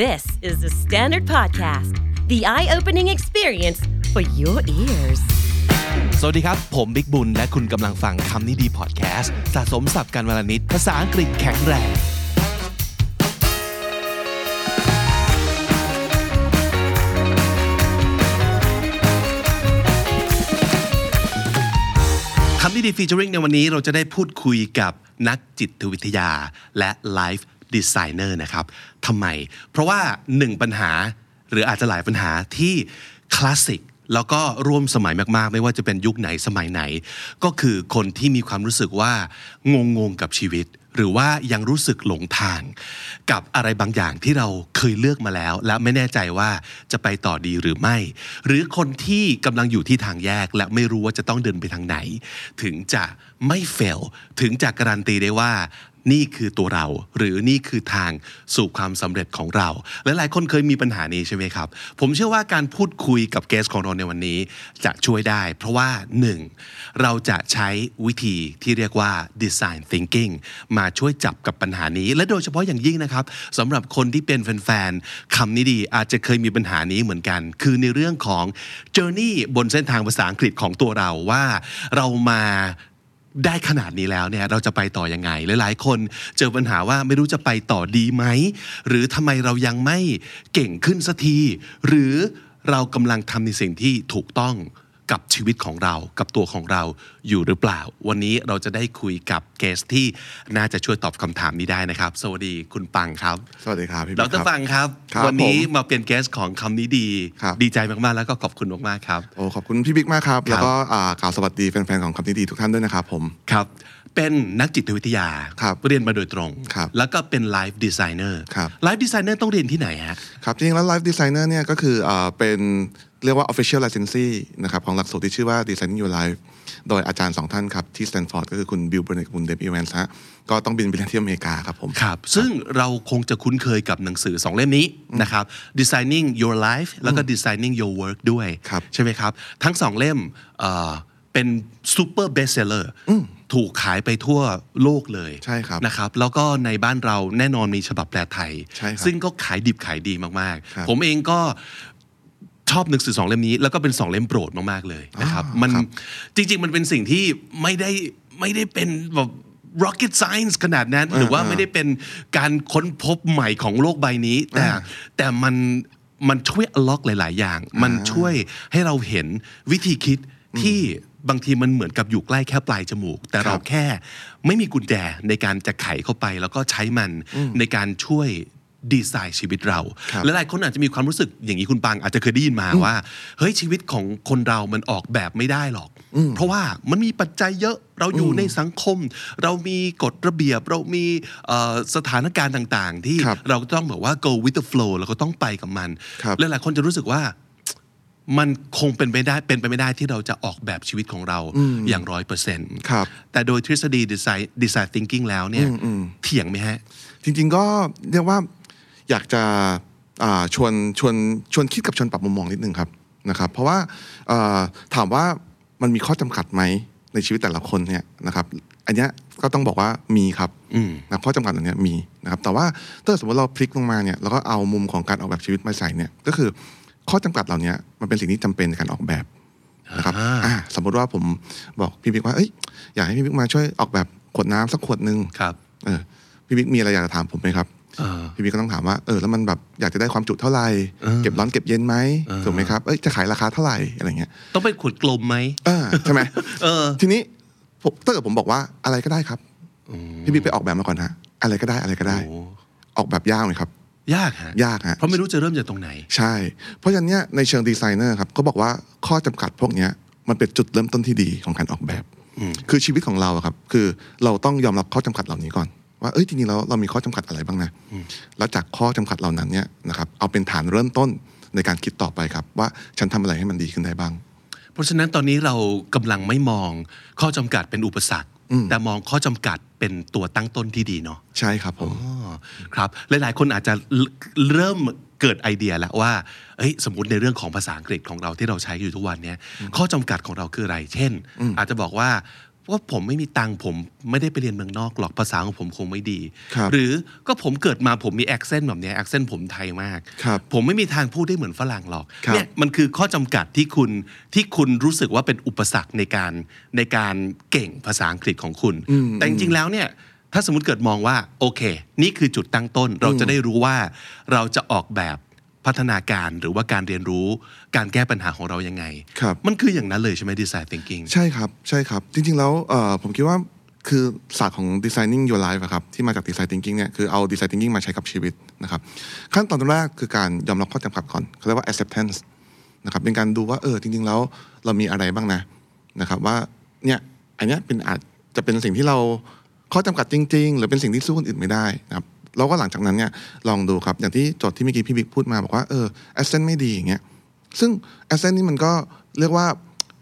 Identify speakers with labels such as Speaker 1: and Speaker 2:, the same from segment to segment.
Speaker 1: This is the Standard Podcast, the eye opening experience for your ears.
Speaker 2: สวัสดีครับ ผมบิ๊กบุญ และคุณกำลังฟังคำนี้ดีพอดแคสต์สะสมสับการวลนิดภาษาอังกฤษแข็งแรง คำนี้ดีฟีเจอริงในวันนี้เราจะได้พูดคุยกับนักจิตวิทยาและไลฟ์ดีไซเนอร์นะครับทำไม เพราะว่าหนึ่งปัญหาหรืออาจจะหลายปัญหาที่คลาสสิกแล้วก็ร่วมสมัยมากๆ ไม่ว่าจะเป็นยุคไหนสมัยไหน ก็คือคนที่มีความรู้สึกว่างงงๆกับชีวิต หรือว่ายังรู้สึกหลงทาง กับอะไรบางอย่างที่เราเคยเลือกมาแล้ว และไม่แน่ใจว่าจะไปต่อดีหรือไม่ หรือคนที่กำลังอยู่ที่ทางแยก และไม่รู้ว่าจะต้องเดินไปทางไหน ถึงจะไม่เฟลถึงจะการันตีได้ว่า นี่คือตัวเรา หรือนี่คือทางสู่ความสำเร็จของเรา และหลายคนเคยมีปัญหานี้ใช่ไหมครับ ผมเชื่อว่าการพูดคุยกับเกสของเราในวันนี้จะช่วยได้ เพราะว่า 1. เราจะใช้วิธีที่เรียกว่า design thinking มาช่วยจับกับปัญหานี้ และโดยเฉพาะอย่างยิ่งนะครับสำหรับคนที่เป็นแฟนๆคำนี้ดีอาจจะเคยมีปัญหานี้เหมือนกัน คือในเรื่องของ journey บนเส้นทางภาษาอังกฤษของตัวเราว่าเรามา ได้ขนาดนี้แล้วเนี่ยเราจะไปต่อยังไง หลายๆ คนเจอปัญหาว่าไม่รู้จะไปต่อดีไหม หรือทำไมเรายังไม่เก่งขึ้นสักที หรือเรากำลังทำในสิ่งที่ถูกต้องกับชีวิตของเรากับตัวของเราอยู่หรือเปล่า วันนี้เราจะได้คุยกับเกสที่น่าจะช่วยตอบคำถามนี้ได้นะครับ สวัสดีคุณปังครับ
Speaker 3: สวัสดีครับพี่
Speaker 2: ด
Speaker 3: บิ๊ก
Speaker 2: ร
Speaker 3: ครับ
Speaker 2: ปังครับ
Speaker 3: ครับ
Speaker 2: วันี้
Speaker 3: ผม
Speaker 2: มาเป็นเกสของคำนี้ดี
Speaker 3: ครับ
Speaker 2: ดีใจมากๆแล้วก็ขอบคุณมากๆครับ
Speaker 3: โอ้ขอบคุณพี่บิ๊กมากครับ แล้วก็อ่ากล่าวสวัสดีแฟนๆของคำนี้ดีทุกท่านด้วยนะครับผม
Speaker 2: ครับ เป็นนักจิตวิทยา
Speaker 3: ครับ
Speaker 2: เรียนมาโดยตรง
Speaker 3: ครับ
Speaker 2: แล้วก็เป็นไลฟ์ดีไซเนอร์
Speaker 3: ครับ
Speaker 2: ไลฟ์ดีไซเนอร์ต้องเรียนที่ไหนฮะ
Speaker 3: ครับจริงๆแล้ว Life Designer เนี่ยก็คืออ่าเป็นเรียกว่า Official License นะครับของหลักสูตรที่ชื่อว่า Designing Your Life โดยอาจารย์สองท่านครับ ที่ Stanford ก็คือคุณบิลเบอร์เนกบุนเดฟอีแวนซ์ฮะก็ต้องบินไปเรียนที่อเมริกาครับผม
Speaker 2: ครับ ซึ่งเราคงจะคุ้นเคยกับหนังสือสองเล่มนี้นะครับ Designing Your Life แล้วก็ Designing Your Work ด้วย
Speaker 3: ครับ
Speaker 2: ใช่ไหมครับ ทั้งสองเล่มเอ่อเป็นซูเปอร์เบสเซลเลอร์ถูกขายไปทั่วโลกเลย
Speaker 3: ใช่ครับ
Speaker 2: นะครับ แล้วก็ในบ้านเราแน่นอนมีฉบับแปลไทย
Speaker 3: ใช่ครับ
Speaker 2: ซึ่งก็ขายดิบขายดีมาก
Speaker 3: ครับ
Speaker 2: ๆ ผมเองก็ชอบหนังสือสองเล่มนี้ แล้วก็เป็นสองเล่มโปรดมากๆเลยนะครับ
Speaker 3: อ่ามั
Speaker 2: มัน
Speaker 3: ครับ
Speaker 2: จริง ๆ มันเป็นสิ่งที่ไม่ได้ไม่ได้เป็นแบบ rocket science ขนาดนั้น หรือว่าไม่ได้ เป็นการค้นพบใหม่ของโลกใบนี้ แต่แต่มันมันช่วยล็อกหลาย ๆ อย่าง มันช่วยให้เราเห็นวิธีคิดที่บางทีมันเหมือนกับอยู่ใกล้แค่ปลายจมูก แต่เราแค่ไม่มีกุญแจในการจะไขเข้าไป แล้วก็ใช้มันในการช่วยดีไซน์ชีวิตเรา
Speaker 3: ครับ
Speaker 2: และหลายคนอาจจะมีความรู้สึกอย่างนี้คุณปังอาจจะเคยได้ยินมาว่า เฮ้ยชีวิตของคนเรามันออกแบบไม่ได้หรอก เพราะว่ามันมีปัจจัยเยอะเราอยู่ในสังคม เรามีกฎระเบียบ เรามีเอ่อสถานการณ์ต่าง ๆ ที่
Speaker 3: ครับ
Speaker 2: เราต้องแบบว่า go with the flow แล้วก็ต้องไปกับมัน
Speaker 3: ครับ
Speaker 2: และหลายคนจะรู้สึกว่า มันคงเป็นไปได้เป็นไปไม่ได้ที่เราจะออกแบบชีวิตของเราอย่างร้อยเปอร์เซ็นต์
Speaker 3: ครับ
Speaker 2: แต่โดยทฤษฎีดีไซน์ดีไซน์ thinking แล้วเนี่ยเถียงไหมฮะ
Speaker 3: จริง ๆ ก็เรียกว่าอยากจะอ่าชวนชวนชวนคิดกับชวนปรับมุมมองนิดนึงครับนะครับ เพราะว่าเอ่อถามว่ามันมีข้อจำกัดไหมในชีวิตแต่ละคนเนี่ยนะครับอันเนี้ยก็ต้องบอกว่ามีครับนะข้อจำกัดอันเนี้ยมีนะครับแต่ว่าถ้าสมมติเราพลิกลงมาเนี่ยเราก็เอามุมของการออกแบบชีวิตมาใส่เนี่ยก็คือข้อจำกัดเหล่านี้มันเป็นสิ่งที่จำเป็นในการออกแบบ นะครับ
Speaker 2: อ่า
Speaker 3: อ่ะสมมติว่าผมบอกพี่บิ๊กว่าเอ้ยอยากให้พี่บิ๊กมาช่วยออกแบบขวดน้ำสักขวดหนึ่ง
Speaker 2: ครับ
Speaker 3: เออพี่บิ๊กมีอะไรอยากจะถามผมไหมครับ
Speaker 2: เออ
Speaker 3: พี่บิ๊กก็ต้องถามว่าเออแล้วมันแบบอยากจะได้ความจุเท่าไหร่เก็บร้อนเก็บเย็นไหม
Speaker 2: เออ
Speaker 3: ถูกไหมครับเอ้ยจะขายราคาเท่าไหร่อะไรเงี้ย
Speaker 2: ต้องเป็นขวดกลมไหม
Speaker 3: เออใช่ไหม
Speaker 2: เออ
Speaker 3: ทีนี้ผมถ้าเกิดผมบอกว่าอะไรก็ได้ครับพี่บิ๊กไปออกแบบมาก่อนฮะอะไรก็ได้อะไรก็ได้
Speaker 2: โอ้
Speaker 3: ออกแบบยากไหมครับ
Speaker 2: ยากฮะ
Speaker 3: ยากฮะ
Speaker 2: เพราะไม่รู้จะเริ่มจากตรงไหน
Speaker 3: ใช่ เพราะฉะนั้นเนี่ยในเชิงดีไซเนอร์ครับก็บอกว่าข้อจำกัดพวกเนี้ยมันเป็นจุดเริ่มต้นที่ดีของการออกแบบ คือชีวิตของเราอะครับคือเราต้องยอมรับข้อจำกัดเหล่านี้ก่อน ว่าเอ้ยจริงๆแล้วเรามีข้อจำกัดอะไรบ้างนะแล้วจากข้อจำกัดเหล่านั้นเนี่ยนะครับเอาเป็นฐานเริ่มต้นในการคิดต่อไปครับ ว่าฉันทำอะไรให้มันดีขึ้นได้บ้าง
Speaker 2: เพราะฉะนั้นตอนนี้เรากำลังไม่มองข้อจำกัดเป็นอุปสรรค แต่มองข้อจำกัดเป็นตัวตั้งต้นที่ดีเนาะ
Speaker 3: ใช่ครับผม
Speaker 2: อ๋อครับหลายๆคนอาจจะเริ่มเกิดไอเดียแล้วว่าเอ้ยสมมติในเรื่องของภาษาอังกฤษของเราที่เราใช้อยู่ทุกวันเนี้ยข้อจำกัดของเราคืออะไร เช่น อาจจะบอกว่า ว่าผมไม่มีตังค์ผมไม่ได้ไปเรียนเมืองนอกหรอกภาษาของผมคงไม่ดี
Speaker 3: ครับ
Speaker 2: หรือก็ผมเกิดมาผมมีแอคเซนต์แบบเนี้ยแอคเซนต์ผมไทยมาก
Speaker 3: ครับ
Speaker 2: ผมไม่มีทางพูดได้เหมือนฝรั่งหรอก
Speaker 3: ครับ
Speaker 2: เนี่ยมันคือข้อจำกัดที่คุณที่คุณรู้สึกว่าเป็นอุปสรรคในการในการเก่งภาษาอังกฤษของคุณ
Speaker 3: อืม
Speaker 2: แต่จริงๆแล้วเนี่ยถ้าสมมติเกิดมองว่าโอเค นี่คือจุดตั้งต้น เราจะได้รู้ว่าเราจะออกแบบพัฒนาการหรือว่าการเรียนรู้การแก้ปัญหาของเรายังไง
Speaker 3: ครับ
Speaker 2: มันคืออย่างนั้นเลยใช่ไหม design thinking
Speaker 3: ใช่ครับ ใช่ครับ จริงๆ แล้วเอ่อผมคิดว่าคือศาสตร์ของ designing your life อะครับที่มาจาก design thinking เนี่ยคือเอา design thinking มาใช้กับชีวิตนะครับขั้นตอนแรกคือการยอมรับข้อจำกัดก่อนเขาเรียกว่า acceptance นะครับเป็นการดูว่าเออจริง ๆ แล้วเรามีอะไรบ้างนะนะครับว่าเนี่ยอันเนี้ยเป็นอาจจะเป็นสิ่งที่เราข้อจำกัดจริง ๆ หรือเป็นสิ่งที่สู้คนอื่นไม่ได้นะครับแล้วก็หลังจากนั้นเนี่ยลองดูครับอย่างที่โจทย์ที่เมื่อกี้พี่บิ๊กพูดมาบอกว่าเออ accent ไม่ดีอย่างเงี้ย ซึ่งแอสเซนต์นี่มันก็เรียกว่า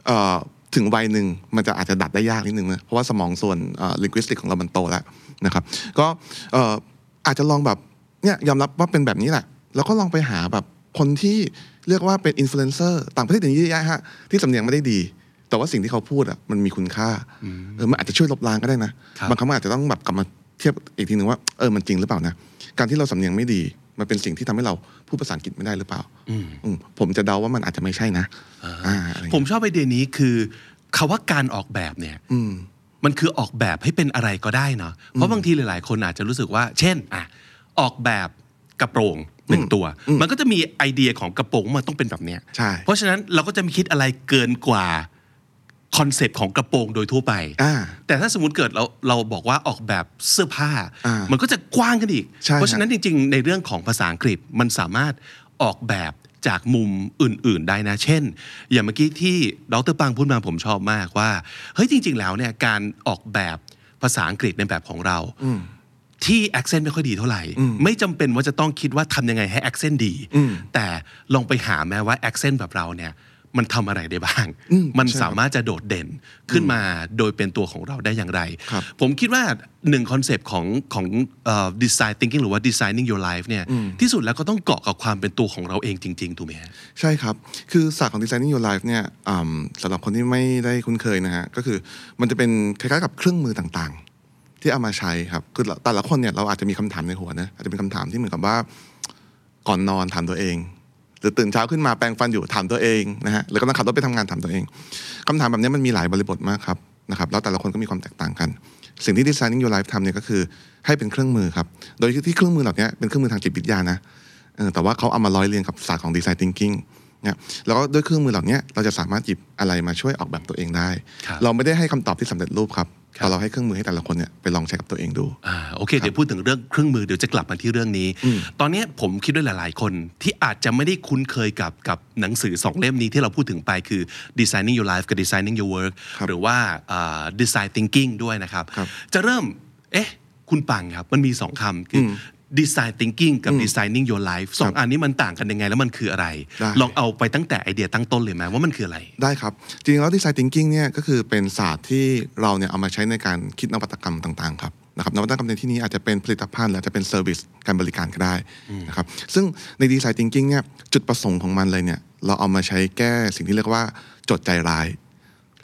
Speaker 3: เอ่อถึงวัยหนึ่งมันจะอาจจะดัดได้ยากนิดนึงนะเพราะว่าสมองส่วนลิงวิสติกของเรามันโตแล้วนะครับก็เอ่ออาจจะลองแบบเนี่ยยอมรับว่าเป็นแบบนี้แหละ แล้วก็ลองไปหาแบบคนที่เรียกว่าเป็นอินฟลูเอนเซอร์ต่างประเทศอย่างเยอะแยะฮะที่สำเนียงไม่ได้ดี แต่ว่าสิ่งที่เขาพูดอ่ะมันมีคุณค่าเออมันอาจจะช่วยลบล้างก็ได้นะครับ บางครั้งมันอาจจะต้องแบบกลับมาเทียบอีกทีหนึ่งว่าเออมันจริงหรือเปล่านะการที่เราสำเนียงไม่ดี มันเป็นสิ่งที่ทำให้เราพูดภาษาอังกฤษไม่ได้หรือเปล่า อืมผมจะเดาว่ามันอาจจะไม่ใช่นะอ่าอะไรเงี้ย
Speaker 2: ผมชอบไอเดียนี้คือคาว่าการออกแบบเนี่ย
Speaker 3: อืม
Speaker 2: มันคือออกแบบให้เป็นอะไรก็ได้เนาะ เพราะบางทีหลาย ๆ คนอาจจะรู้สึกว่า เช่นอ่ะออกแบบกระโปรงหนึ่งตัว มันก็จะมีไอเดียของกระโปรงว่ามันต้องเป็นแบบเนี้ย
Speaker 3: ใช่
Speaker 2: เพราะฉะนั้นเราก็จะไม่คิดอะไรเกินกว่าคอนเซปต์ของกระโปรงโดยทั่วไป
Speaker 3: อ่า
Speaker 2: แต่ถ้าสมมติเกิดเราเราบอกว่าออกแบบเสื้อผ้า
Speaker 3: อ่ามั
Speaker 2: มันก็จะกว้างกันอีก
Speaker 3: ใช่
Speaker 2: เพราะ
Speaker 3: ฮะ
Speaker 2: ฉะนั้นจริง ๆ ในเรื่องของภาษาอังกฤษมันสามารถออกแบบจากมุมอื่น ๆ ได้นะ เช่น อย่างเมื่อกี้ที่ดรปังพูดมาผมชอบมากว่า เฮ้ยจริง ๆ แล้วเนี่ยการออกแบบภาษาอังกฤษในแบบของเรา
Speaker 3: อืม
Speaker 2: ที่ accent ไม่ค่อยดีเท่าไหร่
Speaker 3: อืม
Speaker 2: ไม่จำเป็นว่าจะต้องคิดว่าทำยังไงให้ accent ดี
Speaker 3: อืม
Speaker 2: แต่ลองไปหาแม้ว่า accent แบบเราเนี่ยมันทำอะไรได้บ้าง
Speaker 3: อืม
Speaker 2: มัน
Speaker 3: ใช่ครับ
Speaker 2: สามารถจะโดดเด่นขึ้นมาโดยเป็นตัวของเราได้อย่างไร
Speaker 3: ครับ
Speaker 2: ผมคิดว่าหนึ่งคอนเซปต์ของของเอ่อ design thinking หรือว่า designing your life เนี่ย
Speaker 3: อืม
Speaker 2: ที่สุดแล้วก็ต้องเกาะกับความเป็นตัวของเราเองจริง ๆ ถูกไหมฮะ
Speaker 3: ใช่ครับ คือศาสตร์ของ Designing Your Life เนี่ยอืมสำหรับคนที่ไม่ได้คุ้นเคยนะฮะ ก็คือมันจะเป็นคล้ายๆกับเครื่องมือต่างๆ ที่เอามาใช้ครับ คือแต่ละคนเนี่ยเราอาจจะมีคำถามในหัวนะ อาจจะเป็นคำถามที่เหมือนกับว่าก่อนนอนถามตัวเอง หรือตื่นเช้าขึ้นมาแปรงฟันอยู่ถามตัวเองนะฮะ หรือกำลังขับรถไปทำงานถามตัวเองคำถามแบบนี้มันมีหลายบริบทมากครับนะครับ แล้วแต่ละคนก็มีความแตกต่างกัน สิ่งที่ Designing Your Life ทำเนี่ยก็คือให้เป็นเครื่องมือครับ โดยที่เครื่องมือเหล่านี้เป็นเครื่องมือทางจิตวิทยานะ เออแต่ว่าเขาเอามาร้อยเรียงกับศาสตร์ของดีไซน์ทิงกิ้งนะแล้วก็ด้วยเครื่องมือเหล่านี้เราจะสามารถหยิบอะไรมาช่วยออกแบบตัวเองได้
Speaker 2: ครับ
Speaker 3: เราไม่ได้ให้คำตอบที่สำเร็จรูปครับ
Speaker 2: ครับ
Speaker 3: แต่เราให้เครื่องมือให้แต่ละคนเนี่ยไปลองใช้กับตัวเองดู
Speaker 2: อ่าโอเค เดี๋ยวพูดถึงเรื่องเครื่องมือเดี๋ยวจะกลับมาที่เรื่องนี้ ตอนเนี้ยผมคิดด้วยหลาย ๆ คนที่อาจจะไม่ได้คุ้นเคยกับกับหนังสือสองเล่มนี้ที่เราพูดถึงไปคือ designing your life กับ designing your work
Speaker 3: ครับ
Speaker 2: หรือว่าอ่า design thinking ด้วยนะครับ
Speaker 3: ครับ
Speaker 2: จะเริ่ม เอ๊ะ คุณปังครับ มันมีสองคำคืออ design thinking กับ designing your life สองอันนี้มันต่างกันยังไงแล้วมันคืออะไร
Speaker 3: ได้
Speaker 2: ลองเอาไปตั้งแต่ไอเดียตั้งต้นเลยไหมว่ามันคืออะไร
Speaker 3: ได้ครับ จริงๆแล้วดีไซน์ทิงกิ้งเนี่ยก็คือเป็นศาสตร์ที่เราเนี่ยเอามาใช้ในการคิดนวัตกรรมต่างๆครับนะครับนวัตกรรมในที่นี้อาจจะเป็นผลิตภัณฑ์หรืออาจจะเป็นเซอร์วิสการบริการก็ได้นะครับซึ่งในดีไซน์ทิงกิ้งเนี่ยจุดประสงค์ของมันเลยเนี่ยเราเอามาใช้แก้สิ่งที่เรียกว่าโจทย์ใจร้าย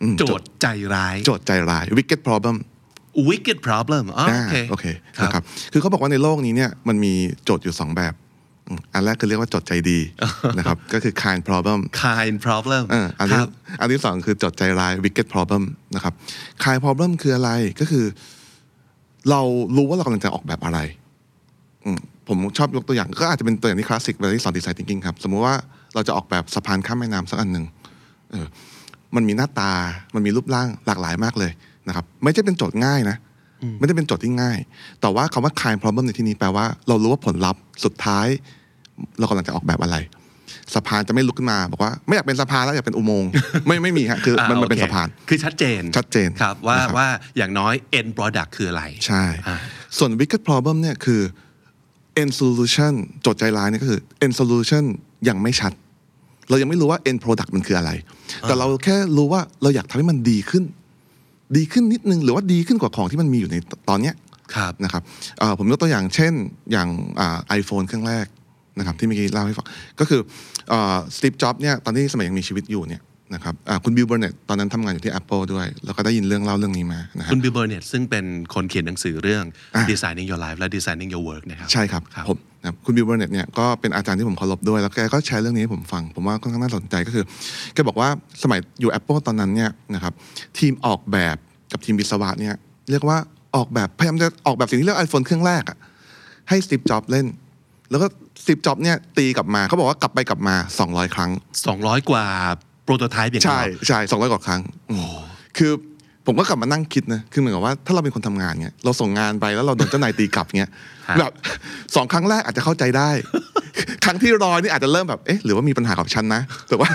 Speaker 3: อืม
Speaker 2: โจทย์ใจร้าย
Speaker 3: โจทย์ใจร้าย wicked problem
Speaker 2: wicked problem อ๋อโอเค
Speaker 3: อ่าโอเค
Speaker 2: ครับ
Speaker 3: นะครับ คือเขาบอกว่าในโลกนี้เนี่ยมันมีโจทย์อยู่ 2 แบบอืมอันแรกคือเรียกว่าโจทย์ใจดี นะครับ ก็คือ kind problem
Speaker 2: kind problem
Speaker 3: เอออัน
Speaker 2: ค
Speaker 3: ที่
Speaker 2: รับ
Speaker 3: อันที่สองคือโจทย์ใจร้าย wicked problem นะครับ kind problem คืออะไรก็คือ เรารู้ว่าเรากำลังจะออกแบบอะไรอืมผมชอบยกตัวอย่าง ก็อาจจะเป็นตัวอย่างที่คลาสสิกเวลาที่สอนดีไซน์ thinking ครับ สมมุติว่าเราจะออกแบบสะพานข้ามแม่น้ำสักอันหนึ่ง เออมันมีหน้าตา มันมีรูปร่างหลากหลายมากเลยนะครับ ไม่ใช่เป็นโจทย์ง่ายนะ ไม่ได้เป็นโจทย์ที่ง่าย แต่ว่าคำว่า kind problem ในที่นี้แปลว่า เรารู้ว่าผลลัพธ์สุดท้าย เรากำลังจะออกแบบอะไร สะพานจะไม่ลุกขึ้นมา บอกว่าไม่อยากเป็นสะพานแล้วอยากเป็นอุโมงค์ ไม่ไม่มีฮะ คือมันมันเป็น
Speaker 2: อ่โอค
Speaker 3: สะพาน
Speaker 2: คือชัดเจน
Speaker 3: ชัดเจน
Speaker 2: ครับว่า
Speaker 3: นะครับ
Speaker 2: ว่าอย่างน้อย end product คืออะไร
Speaker 3: ใช่
Speaker 2: อ่า
Speaker 3: ส่วน wicked problem เนี่ยคือ end solution โจทย์ใจร้ายเนี่ยก็คือ end solution ยังไม่ชัด เรายังไม่รู้ว่า end product มันคืออะไร แต่เราแค่รู้ว่าเราอยากทำให้มันดีขึ้น ดีขึ้นนิดนึง หรือว่าดีขึ้นกว่าของที่มันมีอยู่ในตอนเนี้ย
Speaker 2: ครับ
Speaker 3: นะครับเอ่อผมยกตัวอย่างเช่นอย่างไอโฟนเครื่องแรกนะครับที่เมื่อกี้เล่าให้ฟังก็คือสตีฟจ็อบเนี่ยตอนที่สมัยยังมีชีวิตอยู่เนี่ย นะครับอ่าคุณบิลเบอร์เน็ตตอนนั้นทำงานอยู่ที่ Apple ด้วย แล้วก็ได้ยินเรื่องเล่าเรื่องนี้มานะฮะ
Speaker 2: คุณบิลเบอร์เน็ตซึ่งเป็นคนเขียนหนังสือเรื่อง
Speaker 3: อ่ะ
Speaker 2: Designing Your Life และ Designing Your Work นะครับ
Speaker 3: ใช่ครับผมนะครับคุณบิลเบอร์เน็ตเนี่ยก็เป็นอาจารย์ที่ผมเคารพด้วย แล้วแกก็แชร์เรื่องนี้ให้ผมฟัง ผมว่าค่อนข้างน่าสนใจก็คือแกบอกว่าสมัยอยู่ Apple ตอนนั้นเนี่ยนะครับทีมออกแบบกับทีมวิศวะเนี่ยเรียกว่าออกแบบพยายามจะออกแบบสิ่งที่เรียก iPhone เครื่องแรกอะให้สตีฟจ็อบเล่น แล้วก็สตีฟจ็อบเนี่ยตีกลับมาเขาบอกว่ากลับไปกลับมา 200 ครั้ง
Speaker 2: 200 กว่าโปรโตไทป์อย่างเดี
Speaker 3: ใช่
Speaker 2: ยว
Speaker 3: ใช่สองร้อยกว่าครั้งคือผมก็กลับมานั่งคิดนะคือเหมือนกับว่าถ้าเราเป็นคนทำงานเนี่ยเราส่งงานไปแล้วเราโดนเจ้านายตีกลับเนี่ย
Speaker 2: ฮะ
Speaker 3: แบบสองครั้งแรกอาจจะเข้าใจได้ ครั้งที่รอยนี่อาจจะเริ่มแบบเอ๊ะหรือว่ามีปัญหากับฉันนะแต่ว่า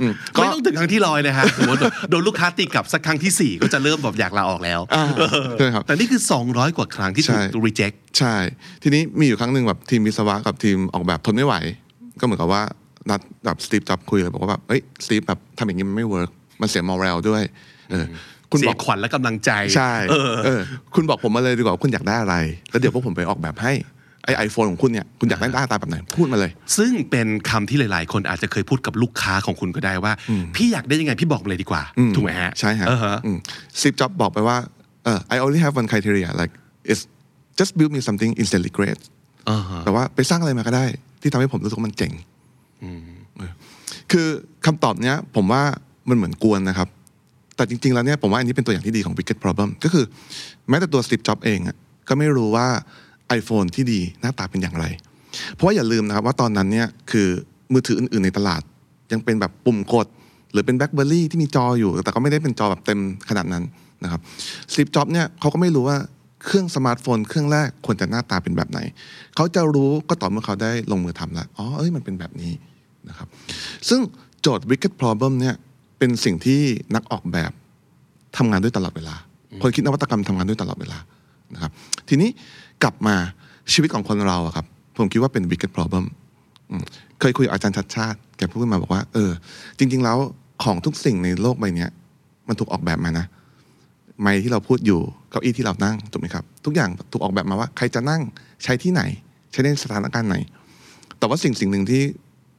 Speaker 3: อืมก็
Speaker 2: ไม่ต้องถึงครั้งที่ร้อยนะฮะสมมติโดนลูกค้าตีกลับสักครั้งที่ 4 ก็จะเริ่มแบบอยากลาออกแล้ว
Speaker 3: อ่า
Speaker 2: เออ
Speaker 3: ใช่ครับ
Speaker 2: แต่นี่คือ 200 กว่าครั้งที่ถู
Speaker 3: ใช่
Speaker 2: ก reject
Speaker 3: ใช่ ทีนี้มีอยู่ครั้งหนึ่งแบบทีมวิศวะกับทีมออกแบบทนไม่ไหว ก็เหมือนกับว่านัดแบบสตีฟจ็อบคุยเลยบอกว่าแบบเอ้ยสตีฟแบบทำอย่างนี้มันไม่เวิร์กมันเสียมอรัลด้วยเออคุณ
Speaker 2: เสี
Speaker 3: บ
Speaker 2: ย
Speaker 3: อก
Speaker 2: ขวัญและกำลังใจ
Speaker 3: ใช่
Speaker 2: เออ
Speaker 3: เออคุณบอกผมมาเลยดีกว่าว่าคุณอยากได้อะไร แล้วเดี๋ยวพวกผมไปออกแบบให้ไอไอโฟนของคุณเนี่ยคุณอยากได้หน้าตาแบบไหนพูดมาเลย
Speaker 2: ซึ่งเป็นคำที่หลาย ๆ คนอาจจะเคยพูดกับลูกค้าของคุณก็ได้ว่า พี่อยากได้ยังไงพี่บอกมาเลยดีกว่า
Speaker 3: อื
Speaker 2: ถูกไหมฮะ
Speaker 3: ใช่ฮะ
Speaker 2: เออฮะ
Speaker 3: ซิฟจ็อบบอกไปว่าเออ I only have one criteria like is just build me something instantly great
Speaker 2: อ่าฮะ
Speaker 3: แต่ว่าไปสร้างอะไรมาก็ได้ ที่ทำให้ผมรู้สึกว่ามันเจ๋งเออคือคำตอบเนี้ย ผมว่ามันเหมือนกวนนะครับ แต่จริง ๆ แล้วเนี่ยผมว่าอันนี้เป็นตัวอย่างที่ดีของ Wicked Problem ก็คือ แม้แต่ตัว Steve Jobs เองอะก็ไม่รู้ว่า iPhone ที่ดีหน้าตาเป็นอย่างไร เพราะว่าอย่าลืมนะครับว่าตอนนั้นเนี่ยคือมือถืออื่น ๆ ในตลาด ยังเป็นแบบปุ่มกด หรือเป็น BlackBerry ที่มีจออยู่ แต่ก็ไม่ได้เป็นจอแบบเต็มขนาดนั้นนะครับ Steve Jobs เนี่ยเขาก็ไม่รู้ว่าเครื่องสมาร์ทโฟน เครื่องแรกควรจะหน้าตาเป็นแบบไหน เขาจะรู้ก็ต่อเมื่อเขาได้ลงมือทำแล้วอ๋อเอ้ยมันเป็นแบบนี้นะครับ ซึ่งโจทย์ Wicked Problem เนี่ยเป็นสิ่งที่นักออกแบบ ทำงานด้วยตลอดเวลา คนคิดนวัตกรรมทำงานด้วยตลอดเวลานะครับ ทีนี้กลับมาชีวิตของคนเราอะครับ ผมคิดว่าเป็น wicked problem อืมเคยคุยกับอาจารย์ชัดชาติ แกพูดขึ้นมาบอกว่า เออ จริง ๆ แล้วของทุกสิ่งในโลกใบเนี้ย มันถูกออกแบบมานะ ไม้ที่เราพูดอยู่เก้าอี้ที่เรานั่งถูกไหมครับ ทุกอย่างถูกออกแบบมาว่าใครจะนั่งใช้ที่ไหน ใช้ในสถานการณ์ไหน แต่ว่าสิ่งสิ่งหนึ่งที่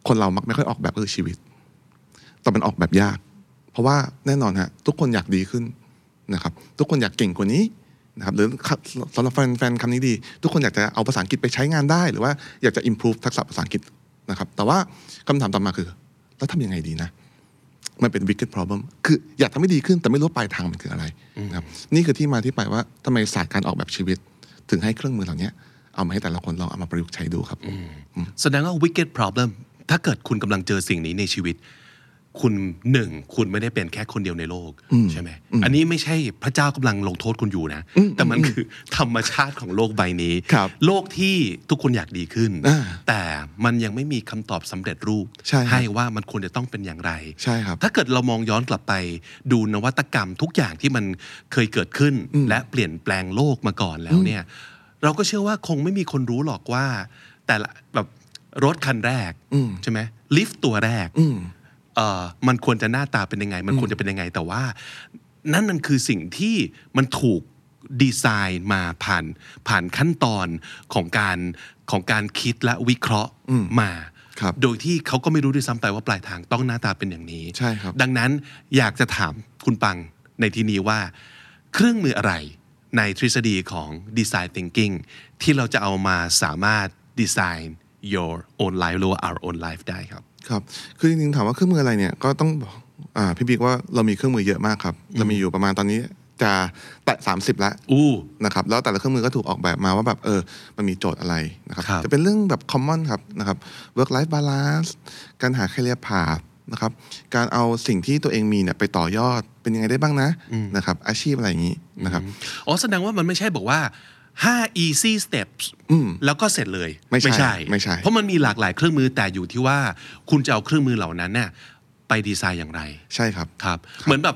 Speaker 3: คนเรามักไม่ค่อยออกแบบก็คือชีวิต แต่มันออกแบบยาก เพราะว่าแน่นอนฮะทุกคนอยากดีขึ้นนะครับ ทุกคนอยากเก่งกว่านี้นะครับหรือสำหรับแฟนแฟนคำนี้ดี ทุกคนอยากจะเอาภาษาอังกฤษไปใช้งานได้ หรือว่าอยากจะ improve ทักษะภาษาอังกฤษนะครับ แต่ว่าคำถามต่อมาคือ แล้วทำยังไงดีนะ มันเป็น wicked problem คืออยากทำให้ดีขึ้นแต่ไม่รู้ว่าปลายทางมันคืออะไรนะครับนี่คือที่มาที่ไปว่าทำไมศาสตร์การออกแบบชีวิต ถึงให้เครื่องมือเหล่านี้เอามาให้แต่ละคนลองเอามาประยุกต์ใช้ดูครับผม
Speaker 2: แสดงว่า wicked problem ถ้าเกิดคุณกำลังเจอสิ่งนี้ในชีวิต คุณหนึ่งคุณไม่ได้เป็นแค่คนเดียวในโลก ใช่ไหม อันนี้ไม่ใช่พระเจ้ากำลังลงโทษคุณอยู่นะ แต่มันคือธรรมชาติของโลกใบนี้
Speaker 3: ครับ
Speaker 2: โลกที่ทุกคนอยากดีขึ้น
Speaker 3: อ่า
Speaker 2: แต่มันยังไม่มีคำตอบสำเร็จรูป
Speaker 3: ใช่ครับ
Speaker 2: ว่ามันควรจะต้องเป็นอย่างไร
Speaker 3: ใช่ครับ
Speaker 2: ถ้าเกิดเรามองย้อนกลับไปดูนวัตกรรมทุกอย่างที่มันเคยเกิดขึ้น และเปลี่ยนแปลงโลกมาก่อนแล้วเนี่ย เราก็เชื่อว่าคงไม่มีคนรู้หรอกว่า แต่ละแบบรถคันแรก
Speaker 3: อืม
Speaker 2: ใช่ไหมลิฟต์ตัวแรก
Speaker 3: อืม
Speaker 2: เอ่อมันควรจะหน้าตาเป็นยังไง มันควรจะเป็นยังไง แต่ว่า นั่นมันคือสิ่งที่มันถูกดีไซน์มาผ่านผ่านขั้นตอนของการของการคิดและวิเคราะห์มา
Speaker 3: ครับ
Speaker 2: โดยที่เขาก็ไม่รู้ด้วยซ้ำไปว่าปลายทางต้องหน้าตาเป็นอย่างนี้
Speaker 3: ใช่ครับ
Speaker 2: ดังนั้นอยากจะถามคุณปังในที่นี้ว่า เครื่องมืออะไรในทฤษฎีของ design thinking ที่เราจะเอามาสามารถ design your own life หรือว่า our own life ได้ครับ
Speaker 3: ครับ คือจริงๆ ถามว่าเครื่องมืออะไรเนี่ย ก็ต้องบอกอ่าพี่บิ๊กว่าเรามีเครื่องมือเยอะมากครับ เรามีอยู่ประมาณตอนนี้จะแตะ30 แล้ว
Speaker 2: อู้
Speaker 3: นะครับ แล้วแต่ละเครื่องมือก็ถูกออกแบบมาว่าแบบเออ มันมีโจทย์อะไรนะครับ
Speaker 2: ครับ
Speaker 3: จะเป็นเรื่องแบบ common ครับนะครับ work life balance การหา career path นะครับ การเอาสิ่งที่ตัวเองมีเนี่ยไปต่อยอด เป็นยังไงได้บ้างนะนะครับ อาชีพอะไรอย่างนี้นะครับ
Speaker 2: อ๋อแสดงว่ามันไม่ใช่บอกว่า 5 easy steps แล้วก็เสร็จเลย
Speaker 3: ไม่ใช่ไม่ใช่
Speaker 2: เพราะมันมีหลากหลายเครื่องมือแต่อยู่ที่ว่าคุณจะเอาเครื่องมือเหล่านั้นน่ะไปดีไซน์อย่างไร
Speaker 3: ใช่ครับ
Speaker 2: ครับ เหมือนแบบ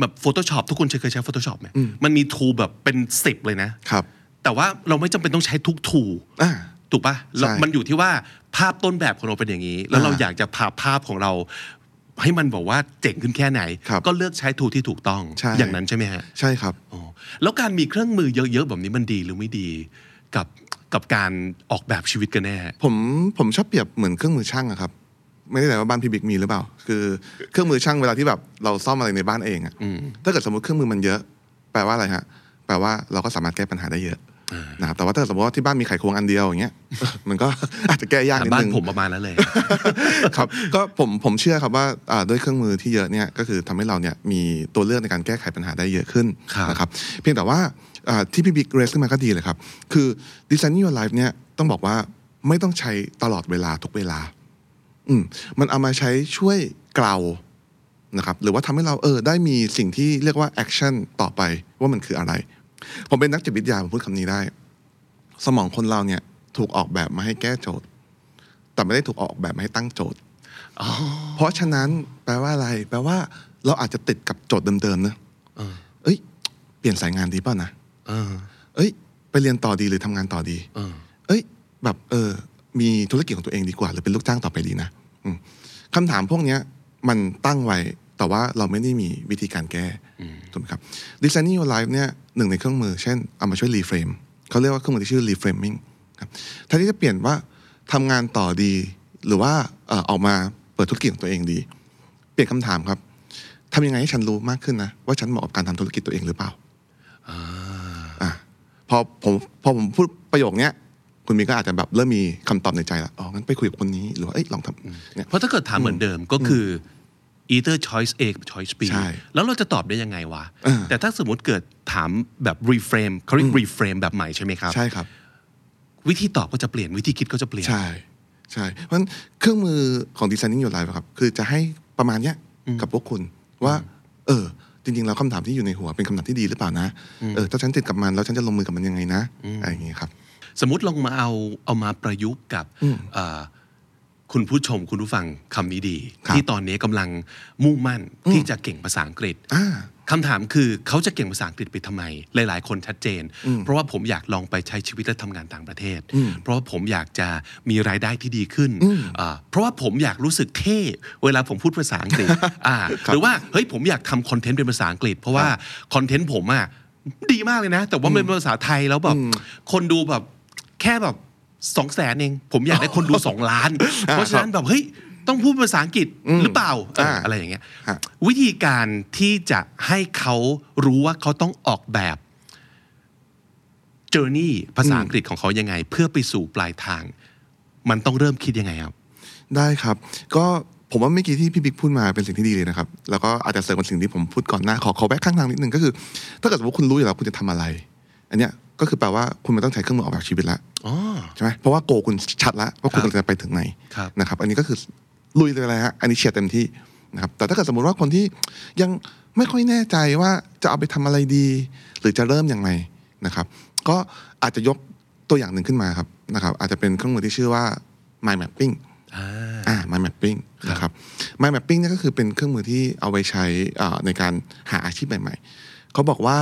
Speaker 2: แบบ Photoshop ทุกคนเคยใช้ Photoshop ไหมมันมีทูแบบเป็น 10 เลยนะ
Speaker 3: ครับ
Speaker 2: แต่ว่าเราไม่จำเป็นต้องใช้ทุกทู
Speaker 3: อ่า
Speaker 2: ถูกปะ
Speaker 3: ใช่
Speaker 2: ่ะ มันอยู่ที่ว่าภาพต้นแบบของเราเป็นอย่างนี้ แล้วเรา
Speaker 3: อ่า
Speaker 2: อยากจะพาภาพของเรา ให้มันบอกว่าเจ๋งขึ้นแค่ไหน
Speaker 3: ครับ
Speaker 2: ก็เลือกใช้ทูที่ถูกต้อง
Speaker 3: ใช่
Speaker 2: อย่างนั้นใช่ไหมฮะ
Speaker 3: ใช่ครับ
Speaker 2: อ๋อแล้วการมีเครื่องมือเยอะๆ แบบนี้มันดีหรือไม่ดี กับกับการออกแบบชีวิตกันแน่
Speaker 3: ผมผมชอบเปรียบเหมือนเครื่องมือช่างอะครับ ไม่ได้แต่ว่าบ้านพี่บิ๊กมีหรือเปล่า คือเครื่องมือช่างเวลาที่แบบเราซ่อมอะไรในบ้านเองอะถ้าเกิดสมมติเครื่องมือมันเยอะ แปลว่าอะไรฮะ แปลว่าเราก็สามารถแก้ปัญหาได้เยอะนะครับแต่ว่าถ้าสมมติว่าที่บ้านมีไขควงอันเดียวอย่างเงี้ย มันก็ อาจจะแก้ยาก
Speaker 2: แต่
Speaker 3: นิด
Speaker 2: บ้าน
Speaker 3: นึง
Speaker 2: ผมประมาณนั้นเลย
Speaker 3: ครับ ก็ผมผมเชื่อครับว่าอ่าด้วยเครื่องมือที่เยอะเนี่ยก็คือทำให้เราเนี่ยมีตัวเลือกในการแก้ไขปัญหาได้เยอะขึ้น
Speaker 2: ครับ
Speaker 3: นะครับเพียงแต่ว่าอ่าที่พี่บิ๊กเรสขึ้นมาก็ดีเลยครับ คือ Design Your Life เนี่ยต้องบอกว่าไม่ต้องใช้ตลอดเวลาทุกเวลาอืมมันเอามาใช้ช่วยเกลานะครับหรือว่าทำให้เราเออได้มีสิ่งที่เรียกว่าแอคชั่นต่อไปว่ามันคืออะไร ผมเป็นนักจิตวิทยาผมพูดคำนี้ได้ สมองคนเราเนี่ยถูกออกแบบมาให้แก้โจทย์ แต่ไม่ได้ถูกออกแบบมาให้ตั้งโจทย์ เพราะฉะนั้นแปลว่าอะไร แปลว่า เราอาจจะติดกับโจทย์เดิมๆนะ
Speaker 2: เออ
Speaker 3: เอ้ย เปลี่ยนสายงานดีเปล่านะ
Speaker 2: เออ
Speaker 3: เอ้ย ไปเรียนต่อดีหรือทำงานต่อดี
Speaker 2: เออ
Speaker 3: เอ้ย แบบเออ มีธุรกิจของตัวเองดีกว่า หรือเป็นลูกจ้างต่อไปดีนะอืมคำถามพวกเนี้ยมันตั้งไว้ แต่ว่าเราไม่ได้มีวิธีการแก้ถูกไหมครับ Designing Your Life เนี่ยหนึ่งในเครื่องมือ เช่น เอามาช่วยรีเฟรมเขาเรียกว่าเครื่องมือที่ชื่อ reframing ครับแทนที่จะเปลี่ยนว่าทำงานต่อดี หรือว่าเอ่อออกมาเปิดธุรกิจของตัวเองดี เปลี่ยนคำถามครับทำยังไงให้ฉันรู้มากขึ้นนะว่าฉันเหมาะกับการทำธุรกิจตัวเองหรือเปล่า อ่ะพอผมพอผมพูดประโยคเนี้ย คุณมีก็อาจจะแบบเริ่มมีคำตอบในใจละอ๋องั้นไปคุยกับคนนี้ หรือว่าเอ้ยลองทำเนี่ย
Speaker 2: เพราะถ้าเกิดถามเหมือนเดิมก็คือ either choice A กับ choice B
Speaker 3: ใช่
Speaker 2: แล้วเราจะตอบได้ยังไงวะ
Speaker 3: เออ
Speaker 2: แต่ถ้าสมมติเกิดถามแบบ reframe เขาเรียก reframe แบบใหม่ใช่ไหมครับ
Speaker 3: ใช่ครับ
Speaker 2: วิธีตอบก็จะเปลี่ยนวิธีคิดก็จะเปลี่ยน
Speaker 3: ใช่ใช่เพราะฉะนั้นเครื่องมือของ Designing Your Life อะครับ คือจะให้ประมาณเนี้ยกับพวกคุณว่า เออ จริงๆแล้วคำถามที่อยู่ในหัวเป็นคำถามที่ดีหรือเปล่านะเออถ้าฉันติดกับมันแล้วฉันจะลงมือกับมันยังไงนะอะไรอย่างเงี้ยครับ
Speaker 2: สมมติลองมาเอาเอามาประยุกต์กับเอ่อคุณผู้ชมคุณผู้ฟังคำนี้ดี
Speaker 3: ครับ
Speaker 2: ที่ตอนนี้กำลังมุ่งมั่นที่จะเก่งภาษาอังกฤษ
Speaker 3: อ่า
Speaker 2: คำถามคือเขาจะเก่งภาษาอังกฤษไปทำไม หลาย ๆ คนชัดเจน เพราะว่าผมอยากลองไปใช้ชีวิตและทำงานต่างประเทศ เพราะว่าผมอยากจะมีรายได้ที่ดีขึ้นอ่าเพราะว่าผมอยากรู้สึกเท่เวลาผมพูดภาษาอั งกฤษอ่าหรือว่าเฮ้ยผมอยากทำคอนเทนต์เป็นภาษาอังกฤษ เพราะว่าคอนเทนต์ผมอ่ะดีมากเลยนะ แต่ว่ามันเป็นภาษาไทยแล้วแบบคนดูแบบ แค่แบบสองแสนเอง ผมอยากได้คนดู สองล้าน เพราะฉะนั้นแบบเฮ้ย ต้องพูดภาษาอังกฤษหรือเปล่าเออ
Speaker 3: อ่า
Speaker 2: อะไรอย่างเงี้ย
Speaker 3: ฮะ
Speaker 2: วิธีการที่จะให้เขารู้ว่าเขาต้องออกแบบ journey ภาษาอังกฤษของเขายังไง เพื่อไปสู่ปลายทาง มันต้องเริ่มคิดยังไงครับ
Speaker 3: ได้ครับ ก็ผมว่าเมื่อกี้ที่พี่บิ๊กพูดมาเป็นสิ่งที่ดีเลยนะครับ แล้วก็อาจจะเสริมกับสิ่งที่ผมพูดก่อนหน้า ขอขอแวะข้างทางนิดนึงก็คือ ถ้าเกิดสมมติคุณรู้อยู่แล้วคุณจะทำอะไร อันเนี้ยก็คือแปลว่าคุณไม่ต้องใช้เครื่องมือออกแบบชีวิตละ
Speaker 2: อ๋อ
Speaker 3: ใช่ไหมเพราะว่าโกคุณชัดละว่าคุณ
Speaker 2: ครับ
Speaker 3: กำลังจะไปถึงไหน
Speaker 2: ครับ
Speaker 3: นะครับ อันนี้ก็คือลุยเลยอะไรฮะอันนี้เชียร์เต็มที่นะครับแต่ถ้าเกิดสมมติว่าคนที่ยังไม่ค่อยแน่ใจว่าจะเอาไปทำอะไรดี หรือจะเริ่มยังไงนะครับ ก็อาจจะยกตัวอย่างหนึ่งขึ้นมาครับนะครับ อาจจะเป็นเครื่องมือที่ชื่อว่า mind mapping
Speaker 2: อ่า
Speaker 3: อ่า mind mapping นะครับ mind mapping เนี่ยก็คือเป็นเครื่องมือที่เอาไว้ใช้อ่าในการหาอาชีพใหม่ๆ เขาบอกว่า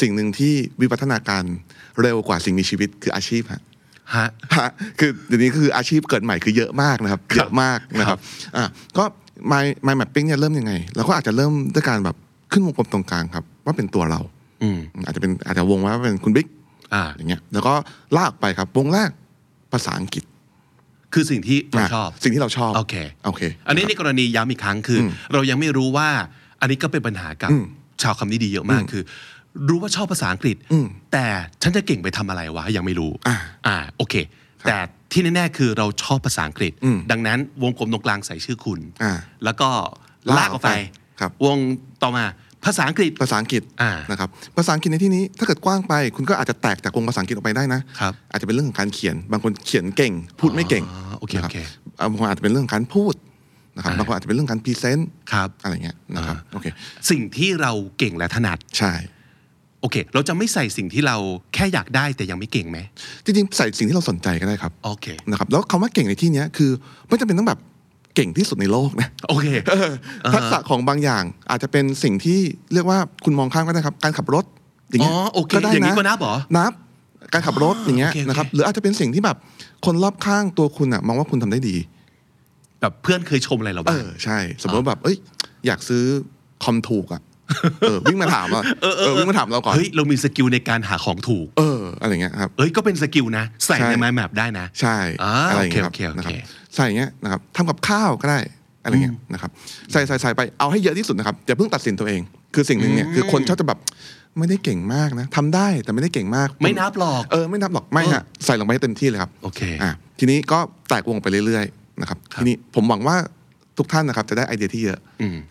Speaker 3: สิ่งหนึ่งที่วิวัฒนาการเร็วกว่าสิ่งมีชีวิตคืออาชีพฮะ
Speaker 2: ฮะ
Speaker 3: ฮะคือเดี๋ยวนี้คืออาชีพเกิดใหม่คือเยอะมากนะครับ เยอะมากนะครับอ่ะก็ my my mapping เนี่ยเริ่มยังไงเราก็อาจจะเริ่มด้วยการแบบขึ้นวงกลมตรงกลางครับ ว่าเป็นตัวเรา
Speaker 2: อืม
Speaker 3: อาจจะเป็นอาจจะวงไว้ว่าเป็นคุณบิ๊ก
Speaker 2: อ่า
Speaker 3: อย่างเงี้ยแล้วก็ลากไปครับวงแรกภาษาอังกฤษ
Speaker 2: คือสิ่งที่เรา
Speaker 3: ะ
Speaker 2: ชอบ
Speaker 3: สิ่งที่เราชอบ
Speaker 2: โอเค
Speaker 3: โอเค
Speaker 2: อันนี้ในกรณีย้ำอีกครั้งคืออเรายังไม่รู้ว่าอันนี้ก็เป็นปัญหากับชาวคำนี้ดีเยอะมากคือ รู้ว่าชอบภาษาอังกฤษ แต่ฉันจะเก่งไปทำอะไรวะ ยังไม่รู้
Speaker 3: อ่า
Speaker 2: อ่าโอเค แต่ที่แน่ๆคือเราชอบภาษาอังกฤษ ดังนั้นวงกลมตรงกลางใส่ชื่อคุณ
Speaker 3: อ่า
Speaker 2: แล้วก็ลากออกไป
Speaker 3: ลากออกไปครับ
Speaker 2: วงต่อมาภาษาอังกฤษ
Speaker 3: ภาษาอังกฤษ
Speaker 2: อ่า
Speaker 3: นะครับภาษาอังกฤษในที่นี้ถ้าเกิดกว้างไป คุณก็อาจจะแตกจากวงภาษาอังกฤษออกไปได้นะครับอาจจะเป็นเรื่องของการเขียนบางคนเขียนเก่ง พูดไม่เก่ง
Speaker 2: อ๋อโอเค
Speaker 3: นะรับ
Speaker 2: โอเค
Speaker 3: อ่าบางคนอาจจะเป็นเรื่องของการพูดนะครับ
Speaker 2: อ่า
Speaker 3: บางคนอาจจะเป็นเรื่องการพรีเซนต์
Speaker 2: ครับ
Speaker 3: อะไรเงี้ยนะครับโอเค
Speaker 2: สิ่งที่เราเก่งและถนัด
Speaker 3: ใช่
Speaker 2: โอเค เราจะไม่ใส่สิ่งที่เราแค่อยากได้แต่ยังไม่เก่งไหม
Speaker 3: จริงๆใส่สิ่งที่เราสนใจก็ได้ครับ
Speaker 2: โอเค
Speaker 3: นะครับแล้วคำว่าเก่งในที่เนี้ยคือไม่จำเป็นต้องแบบเก่งที่สุดในโลกนะ
Speaker 2: โอเค
Speaker 3: เออทักษะของบางอย่างอาจจะเป็นสิ่งที่เรียกว่าคุณมองข้ามก็ได้ครับการขับรถอย่างเงี้ย
Speaker 2: อ๋อโอเค
Speaker 3: ก็ได้
Speaker 2: อย่างนี้
Speaker 3: นะ
Speaker 2: ก็นับเหรอ
Speaker 3: นับการขับรถอย่างเงี้ย
Speaker 2: โอเคโอเค
Speaker 3: นะครับหรืออาจจะเป็นสิ่งที่แบบคนรอบข้างตัวคุณอะมองว่าคุณทำได้ดี
Speaker 2: แบบเพื่อนเคยชมอะไรเรา
Speaker 3: เอ
Speaker 2: บ้าง
Speaker 3: อใช่ สมมติว่าแบบเอ้ยอยากซื้อคอมถูกอะเออวิ่งมาถามอะเออวิ่งมาถามเราก่อน
Speaker 2: เฮ้ย เรามีสกิลในการหาของถูก
Speaker 3: เอออะไรเงี้ยครับ
Speaker 2: เอ้ย ก็เป็นสกิลนะ ใส่
Speaker 3: ใช่
Speaker 2: ในไม้แมปได้นะ
Speaker 3: ใช่
Speaker 2: อ่า
Speaker 3: อะไรเงี้ยครั
Speaker 2: โอเคโอเคโอเค
Speaker 3: นะครับใส่อย่างเงี้ยนะครับทำกับข้าวก็ได้ อะไรเงี้ยนะครับใส่ใส่ใส่ไปเอาให้เยอะที่สุดนะครับอย่าเพิ่งตัดสินตัวเอง คือสิ่งหนึ่งเนี่ยคือคนชอบจะแบบไม่ได้เก่งมากนะทำได้แต่ไม่ได้เก่งมาก
Speaker 2: ไม่นับหรอก
Speaker 3: เออไม่นับหรอกไม่ฮะใส่ลงไปให้เต็มที่เลยครับ
Speaker 2: โอเค
Speaker 3: อ่ะทีนี้ก็แตกวงไปเรื่อยๆนะครับ
Speaker 2: ครับ
Speaker 3: ทีนี้ผมหวังว่าทุกท่านนะครับจะได้ไอเดียที่เยอะ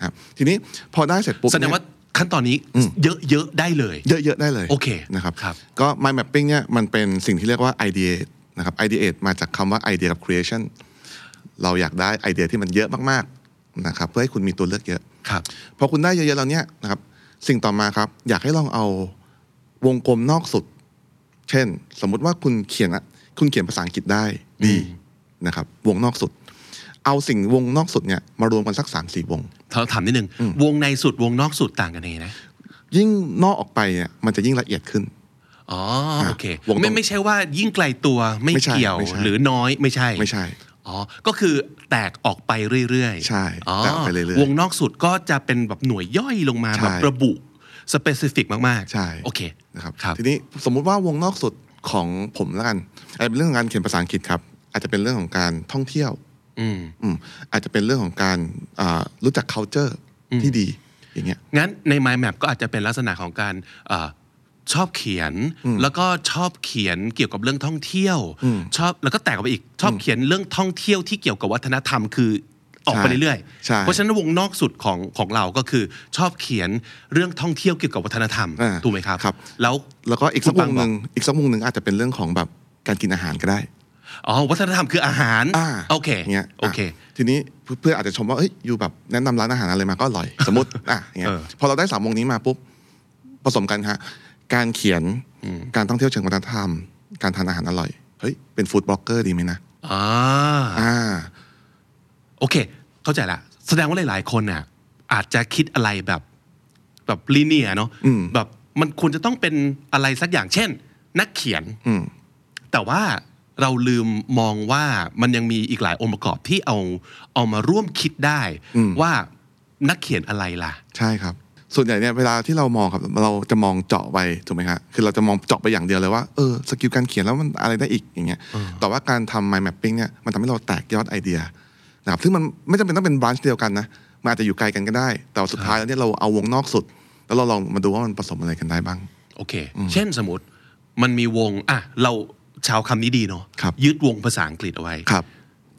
Speaker 3: ครับทีนี้พอได้เสร็จปุ๊บ
Speaker 2: แสดง
Speaker 3: เนี่ย
Speaker 2: ว่าขั้นตอนนี้
Speaker 3: อืม
Speaker 2: เยอะๆได้เลย
Speaker 3: เยอะๆได้เลย
Speaker 2: โอเค
Speaker 3: นะครับ
Speaker 2: ครับ
Speaker 3: ก็ mind mapping เนี่ยมันเป็นสิ่งที่เรียกว่า ideate นะครับ ideate มาจากคำว่า idea กับ creation เราอยากได้ไอเดียที่มันเยอะมากๆนะครับเพื่อให้คุณมีตัวเลือกเยอะ
Speaker 2: ครับ
Speaker 3: พอคุณได้เยอะๆแล้วเนี่ยนะครับสิ่งต่อมาครับ อยากให้ลองเอาวงกลมนอกสุด เช่น สมมุติว่าคุณเขียนอะคุณเขียนภาษาอังกฤษได้ดีนะครับ วงนอกสุด เอาสิ่งวงนอกสุดเนี่ยมารวมกันสักสามสี่วง
Speaker 2: เราถามนิดนึง วงในสุดวงนอกสุดต่างกันยังไงนะ
Speaker 3: ยิ่งนอกออกไปเนี่ยมันจะยิ่งละเอียดขึ้น
Speaker 2: อ๋อ
Speaker 3: อ่ะ
Speaker 2: โอเค
Speaker 3: วงตรง
Speaker 2: ไม่ไม่ใช่ว่ายิ่งไกลตัวไม่
Speaker 3: ไม่ใช่
Speaker 2: เกี่ยว
Speaker 3: ไม่ใช่
Speaker 2: หรือน้อยไม่ใช่
Speaker 3: ไม่ใช่
Speaker 2: อ๋อ ก็คือแตกออกไปเรื่อยๆ
Speaker 3: ใช่
Speaker 2: อ๋อ
Speaker 3: แตกออกไปเรื่อยว
Speaker 2: งนอกสุดก็จะเป็นแบบหน่วยย่อยลงมา
Speaker 3: ใช่
Speaker 2: แบบระบุสเปซิฟิกมากๆ
Speaker 3: ใช่
Speaker 2: โอเค
Speaker 3: นะครับ
Speaker 2: ครับ
Speaker 3: ทีนี้สมมุติว่าวงนอกสุดของผมแล้วกันอาจจะเป็นเรื่องของการเขียนภาษาอังกฤษครับ อาจจะเป็นเรื่องของการท่องเที่ยว
Speaker 2: อืม
Speaker 3: อืมอาจจะเป็นเรื่องของการอ่ารู้จัก culture ที่ดีอย่างเงี้ย
Speaker 2: งั้นใน mind map ก็อาจจะเป็นลักษณะของการเอ่อชอบเขียน แล้วก็ชอบเขียนเกี่ยวกับเรื่องท่องเที่ยว ชอบแล้วก็แตกออกไปอีกชอบเขียนเรื่องท่องเที่ยวที่เกี่ยวกับวัฒนธรรมคือออกไป
Speaker 3: ใช่
Speaker 2: เรื่อย
Speaker 3: ใช่
Speaker 2: ๆเพราะฉะนั้นวงนอกสุดของของเราก็คือชอบเขียนเรื่องท่องเที่ยวเกี่ยวกับวัฒนธรรม
Speaker 3: อ่า
Speaker 2: ถูกไหมครับ
Speaker 3: ครับ
Speaker 2: แล้ว
Speaker 3: แล้วก็อีกสัก
Speaker 2: คุณ
Speaker 3: ว
Speaker 2: ปัง
Speaker 3: งหนึ่งอีกสักวงหนึ่งอาจจะเป็นเรื่องของแบบการกินอาหารก็ได้
Speaker 2: อ๋อวัฒนธรรมคืออาหาร
Speaker 3: อ่า
Speaker 2: โอเค
Speaker 3: ย่างเงี้ย
Speaker 2: โอเค
Speaker 3: ะทีนี้เพื่อนเพื่อนอาจจะชมว่าเอ้ยอยู่แบบแนะนำร้านอาหารอะไรมาก็อร่อย สมมติอ่ะอย่างเงี้ย
Speaker 2: เออ
Speaker 3: พอเราได้สามวงนี้มาปุ๊บผสมกันฮะการเขียนการท่องเที่ยวเชิงวัฒนธรรม การทานอาหารอร่อยเฮ้ยเป็นฟู้ดบล็อกเกอร์ดีไหมนะ
Speaker 2: อ่า
Speaker 3: อ่า
Speaker 2: โอเค เข้าใจละแสดงว่าหลาย ๆ คนน่ะอาจจะคิดอะไรแบบแบบลีเนียเนาะ
Speaker 3: อืม
Speaker 2: แบบมันควรจะต้องเป็นอะไรสักอย่างเช่น นักเขียน
Speaker 3: อืม
Speaker 2: แต่ว่าเราลืมมองว่ามันยังมีอีกหลายองค์ประกอบที่เอาเอามาร่วมคิดได้
Speaker 3: อืม
Speaker 2: ว่านักเขียนอะไรล่ะ
Speaker 3: ใช่ครับ ส่วนใหญ่เนี่ยเวลาที่เรามองครับเราจะมองเจาะไปถูกไหมครับคือเราจะมองเจาะไปอย่างเดียวเลยว่าเออสกิลการเขียนแล้วมันอะไรได้อีกอย่างเงี้ยแต่ว่าการทำ mind mapping เนี่ยมันทำให้เราแตกยอดไอเดียนะครับซึ่งมันไม่จำเป็นต้องเป็น branch เดียวกันนะมันอาจจะอยู่ไกลกันก็ได้ แต่ว่าสุดท้ายแล้วเนี่ยเราเอาวงนอกสุด แล้วเราลองมาดูว่ามันผสมอะไรกันได้บ้าง
Speaker 2: โอเค เช่นสมมติมันมีวงอ่ะเราชาวคำนี้ดีเนาะ
Speaker 3: ครับ
Speaker 2: ยึดวงภาษาอังกฤษเอาไว้
Speaker 3: ครับ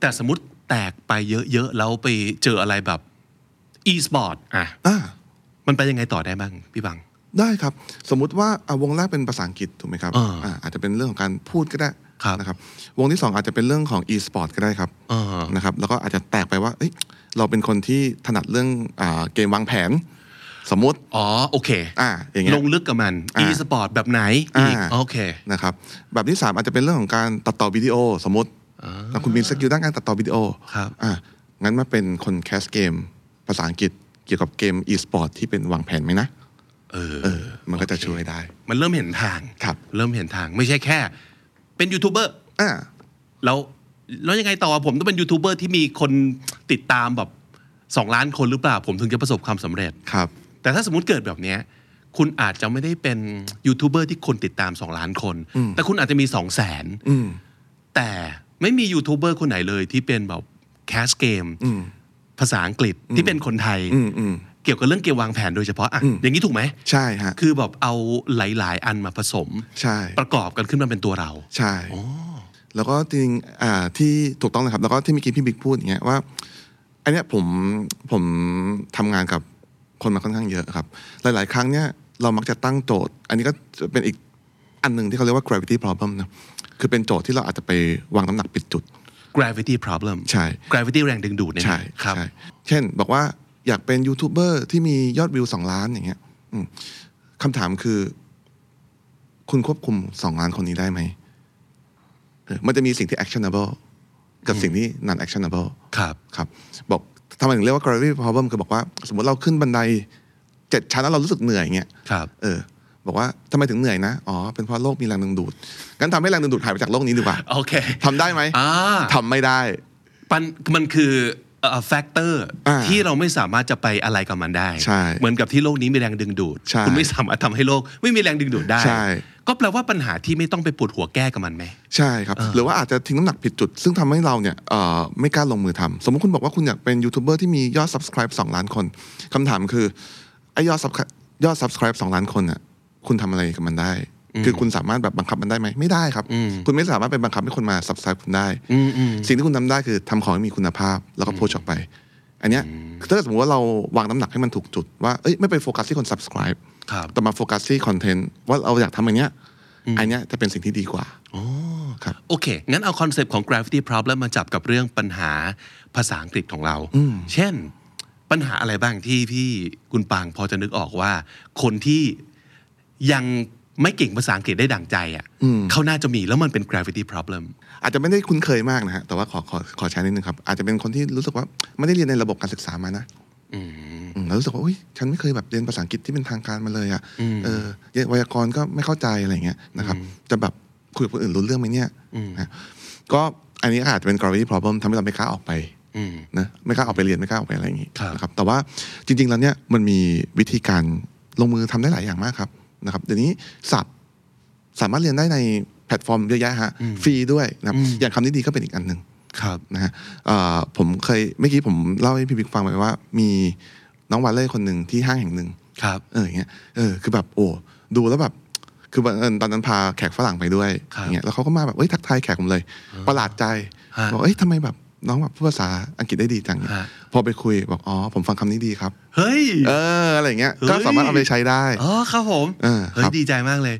Speaker 2: แต่สมมติแตกไปเยอะ ๆ แล้วไปเจออะไรแบบ e-sport อ่ะ
Speaker 3: อ่า
Speaker 2: มันไปยังไงต่อได้บ้างพี่บัง
Speaker 3: ได้ครับ สมมุติว่าอ่ะวงแรกเป็นภาษาอังกฤษถูกไหมครับ
Speaker 2: อ่า
Speaker 3: อ่าอาจจะเป็นเรื่องของการพูดก็ได้
Speaker 2: ครับ
Speaker 3: นะครับ วงที่ 2 อาจจะเป็นเรื่องของ e-sport ก็ได้ครับ
Speaker 2: อ่าน
Speaker 3: นะครับแล้วก็อาจจะแตกไปว่าเอ้ยเราเป็นคนที่ถนัดเรื่องอาเกมวางแผน สมมติ
Speaker 2: อ๋อโอเค
Speaker 3: อ่าอย่างเงี้ย
Speaker 2: ลงลึกกับมัน
Speaker 3: อ่า
Speaker 2: e สปอร์ตแบบไหนอีก
Speaker 3: อ่า
Speaker 2: โอเค
Speaker 3: นะครับแบบที่ 3 อาจจะเป็นเรื่องของการตัดต่อวิดีโอ สมมติถ้าคุณมีสกิลด้านการตัดต่อวิดีโอ
Speaker 2: ครับ
Speaker 3: อ่างั้นมาเป็นคนแคสเกม ภาษาอังกฤษเกี่ยวกับเกม e-sport ที่เป็นวางแผนไหมนะ
Speaker 2: เออ
Speaker 3: เออมันก็จะช่วยได้
Speaker 2: มันเริ่มเห็นทาง
Speaker 3: ครับ
Speaker 2: เริ่มเห็นทางไม่ใช่แค่ เป็นยูทูบเบอร์
Speaker 3: อ่า
Speaker 2: แล้วแล้วยังไงต่อผมต้องเป็นยูทูบเบอร์ที่มีคนติดตามแบบ2ล้านคนหรือเปล่า ผมถึงจะประสบความสำเร็จ
Speaker 3: ครับ
Speaker 2: แต่ถ้าสมมติเกิดแบบเนี้ยคุณอาจจะไม่ได้เป็นยูทูบเบอร์ที่คนติดตาม 2 ล้านคน แต่คุณอาจจะมี2 0 0 0 0น
Speaker 3: อืม
Speaker 2: แต่ไม่มียูทูบเบอร์คนไหนเลยที่เป็นแบบแคสเกม
Speaker 3: อืม
Speaker 2: ภาษาอังกฤษที่เป็นคนไทย
Speaker 3: อืมอืม
Speaker 2: เกี่ยวกับเรื่องเกมวางแผนโดยเฉพาะอ่ะ
Speaker 3: อืม
Speaker 2: อย่างนี้ถูกไหม
Speaker 3: ใช่ฮะ
Speaker 2: คือแบบเอาหลาย ๆ อันมาผสม
Speaker 3: ใช่
Speaker 2: ประกอบกันขึ้นมาเป็นตัวเรา
Speaker 3: ใช่ แล้วก็จริงอ่าที่ถูกต้องนะครับ แล้วก็ที่เมื่อกี้พี่บิ๊กพูดอย่างเงี้ยว่าอันเนี้ยผมผมทำงานกับคนมาค่อนข้างเยอะครับ หลาย ๆ ครั้งเนี่ยเรามักจะตั้งโจทย์ อันนี้ก็จะเป็นอีกอันหนึ่งที่เขาเรียกว่า gravity problem นะคือเป็นโจทย์ที่เราอาจจะไปวางน้ำหนักผิดจุด
Speaker 2: gravity problem
Speaker 3: ใช่
Speaker 2: gravity แรงดึงดูดเนี่ย
Speaker 3: ใช่
Speaker 2: ครับ
Speaker 3: ใช่เช่น บอกว่าอยากเป็นยูทูบเบอร์ที่มียอดวิวสองล้านอย่างเงี้ยอืมคำถามคือ คุณควบคุมสองล้านคนนี้ได้ไหมเออมันจะมีสิ่งที่ actionable กับสิ่งที่ non actionable
Speaker 2: ครับ
Speaker 3: ครับบอกทำไมถึงเรียกว่า gravity problem คือบอกว่า สมมติเราขึ้นบันไดเจ็ดชั้นแล้วเรารู้สึกเหนื่อยเงี้ย
Speaker 2: ครับ
Speaker 3: เออ บอกว่าทำไมถึงเหนื่อยนะ อ๋อ เป็นเพราะโลกมีแรงดึงดูด งั้นทำให้แรงดึงดูดหายไปจากโลกนี้ดีกว่า
Speaker 2: โอเค
Speaker 3: ทำได้ไหม
Speaker 2: อ่า
Speaker 3: ทำไม่ได้
Speaker 2: ปันมันคือเ แฟกเตอร์
Speaker 3: อ่า
Speaker 2: ที่เราไม่สามารถจะไปอะไรกับมันได้
Speaker 3: ใช่
Speaker 2: เหมือนกับที่โลกนี้มีแรงดึงดูด
Speaker 3: ใช่
Speaker 2: คุณไม่สามารถทำให้โลกไม่มีแรงดึงดูดได้
Speaker 3: ใช่
Speaker 2: ก็แปลว่าปัญหาที่ไม่ต้องไปปวดหัวแก้กับมันไหม
Speaker 3: ใช่ครับ
Speaker 2: เออ
Speaker 3: หรือว่าอาจจะทิ้งน้ำหนักผิดจุด ซึ่งทำให้เราเนี่ยเอ่อไม่กล้าลงมือทำสมมุติคุณบอกว่าคุณอยากเป็นยูทูบเบอร์ที่มียอด subscribe 2 ล้านคนคำถามคือไอ้ยอด subscribe ยอด subscribe 2 ล้านคนน่ะคุณทำอะไรกับมันได้ คือคุณสามารถแบบบังคับมันได้ไหมไม่ได้ครับ
Speaker 2: อืม
Speaker 3: คุณไม่สามารถไปบังคับให้คนมา subscribe คุณได้
Speaker 2: อืมอืม
Speaker 3: สิ่งที่คุณทำได้คือทำของให้มีคุณภาพแล้วก็โพสต์ออกไป อันเนี้ยคือถ้าเกิดสมมติว่าเราวางน้ำหนักให้มันถูกจุดว่าเอ้ยไม่ไปโฟกัสที่คน subscribe
Speaker 2: ครับ
Speaker 3: แต่มาโฟกัสที่คอนเทนต์ว่าเราอยากทำอันเนี้ยอันเนี้ยจะเป็นสิ่งที่ดีกว่าครับ
Speaker 2: โอเค งั้นเอาคอนเซปต์ของ gravity problem มาจับกับเรื่องปัญหาภาษาอังกฤษของเรา เช่น ปัญหาอะไรบ้างที่พี่คุณปางพอจะนึกออกว่า คนที่ยังไม่เก่งภาษาอังกฤษได้ดั่งใจอ่ะเขาน่าจะมีแล้วมันเป็น gravity problem
Speaker 3: อาจจะไม่ได้คุ้นเคยมากนะฮะ แต่ว่าขอขอขอใช้นิดนึงครับ อาจจะเป็นคนที่รู้สึกว่าไม่ได้เรียนในระบบการศึกษามานะ
Speaker 2: อืม
Speaker 3: อืมแล้วรู้สึกว่าอุ้ยฉันไม่เคยแบบเรียนภาษาอังกฤษที่เป็นทางการมาเลยอะ
Speaker 2: อืม
Speaker 3: เออไวยากรณ์ก็ไม่เข้าใจอะไรอย่างเงี้ยนะครับ จะแบบคุยกับคนอื่นรู้เรื่องไหมเนี่ยนะก็อันนี้อาจจะเป็น gravity problem ทำให้เราไม่กล้าออกไป
Speaker 2: อืม
Speaker 3: นะไม่กล้าออกไปเรียนไม่กล้าออกไปอะไรอย่างงี้
Speaker 2: ครับ
Speaker 3: นะครับ แต่ว่าจริง ๆ แล้วเนี่ยมันมีวิธีการลงมือทำได้หลายอย่างมากครับนะครับเดี๋ยวนี้ศัพท์สามารถเรียนได้ในแพลตฟอร์มเยอะแยะฮะฟรีด้วยนะครับอย่างคำนี้ดีก็เป็นอีกอันหนึ่ง
Speaker 2: ครับ
Speaker 3: นะฮะเอ่อผมเคยเมื่อกี้ผมเล่าให้พี่บิ๊กฟังไปว่า มีน้องวาเล่คนหนึ่งที่ห้างแห่งหนึ่ง
Speaker 2: ครับ
Speaker 3: เอออย่างเงี้ยเออคือแบบโอ้ดูแล้วแบบ คือบังเอิญตอนนั้นพาแขกฝรั่งไปด้วย
Speaker 2: ครับ
Speaker 3: อย่างเงี้ยแล้วเขาก็มาแบบเอ้ยทักทายแขกผมเลย ประหลาดใจ
Speaker 2: ฮะ
Speaker 3: บอกเอ้ยทำไมแบบน้องแบบพูดภาษาอังกฤษได้ดีจังเนี่ย
Speaker 2: ฮะ
Speaker 3: พอไปคุยบอกอ๋อผมฟังคำนี้ดีครับ
Speaker 2: เฮ้ย
Speaker 3: เอออะไรอย่างเงี้ย
Speaker 2: เฮ้ย
Speaker 3: ก็สามารถเอาไปใช้ได้
Speaker 2: อ๋อครับผม
Speaker 3: เออ
Speaker 2: เฮ้
Speaker 3: ค
Speaker 2: ย
Speaker 3: รับ
Speaker 2: ดีใจมากเลย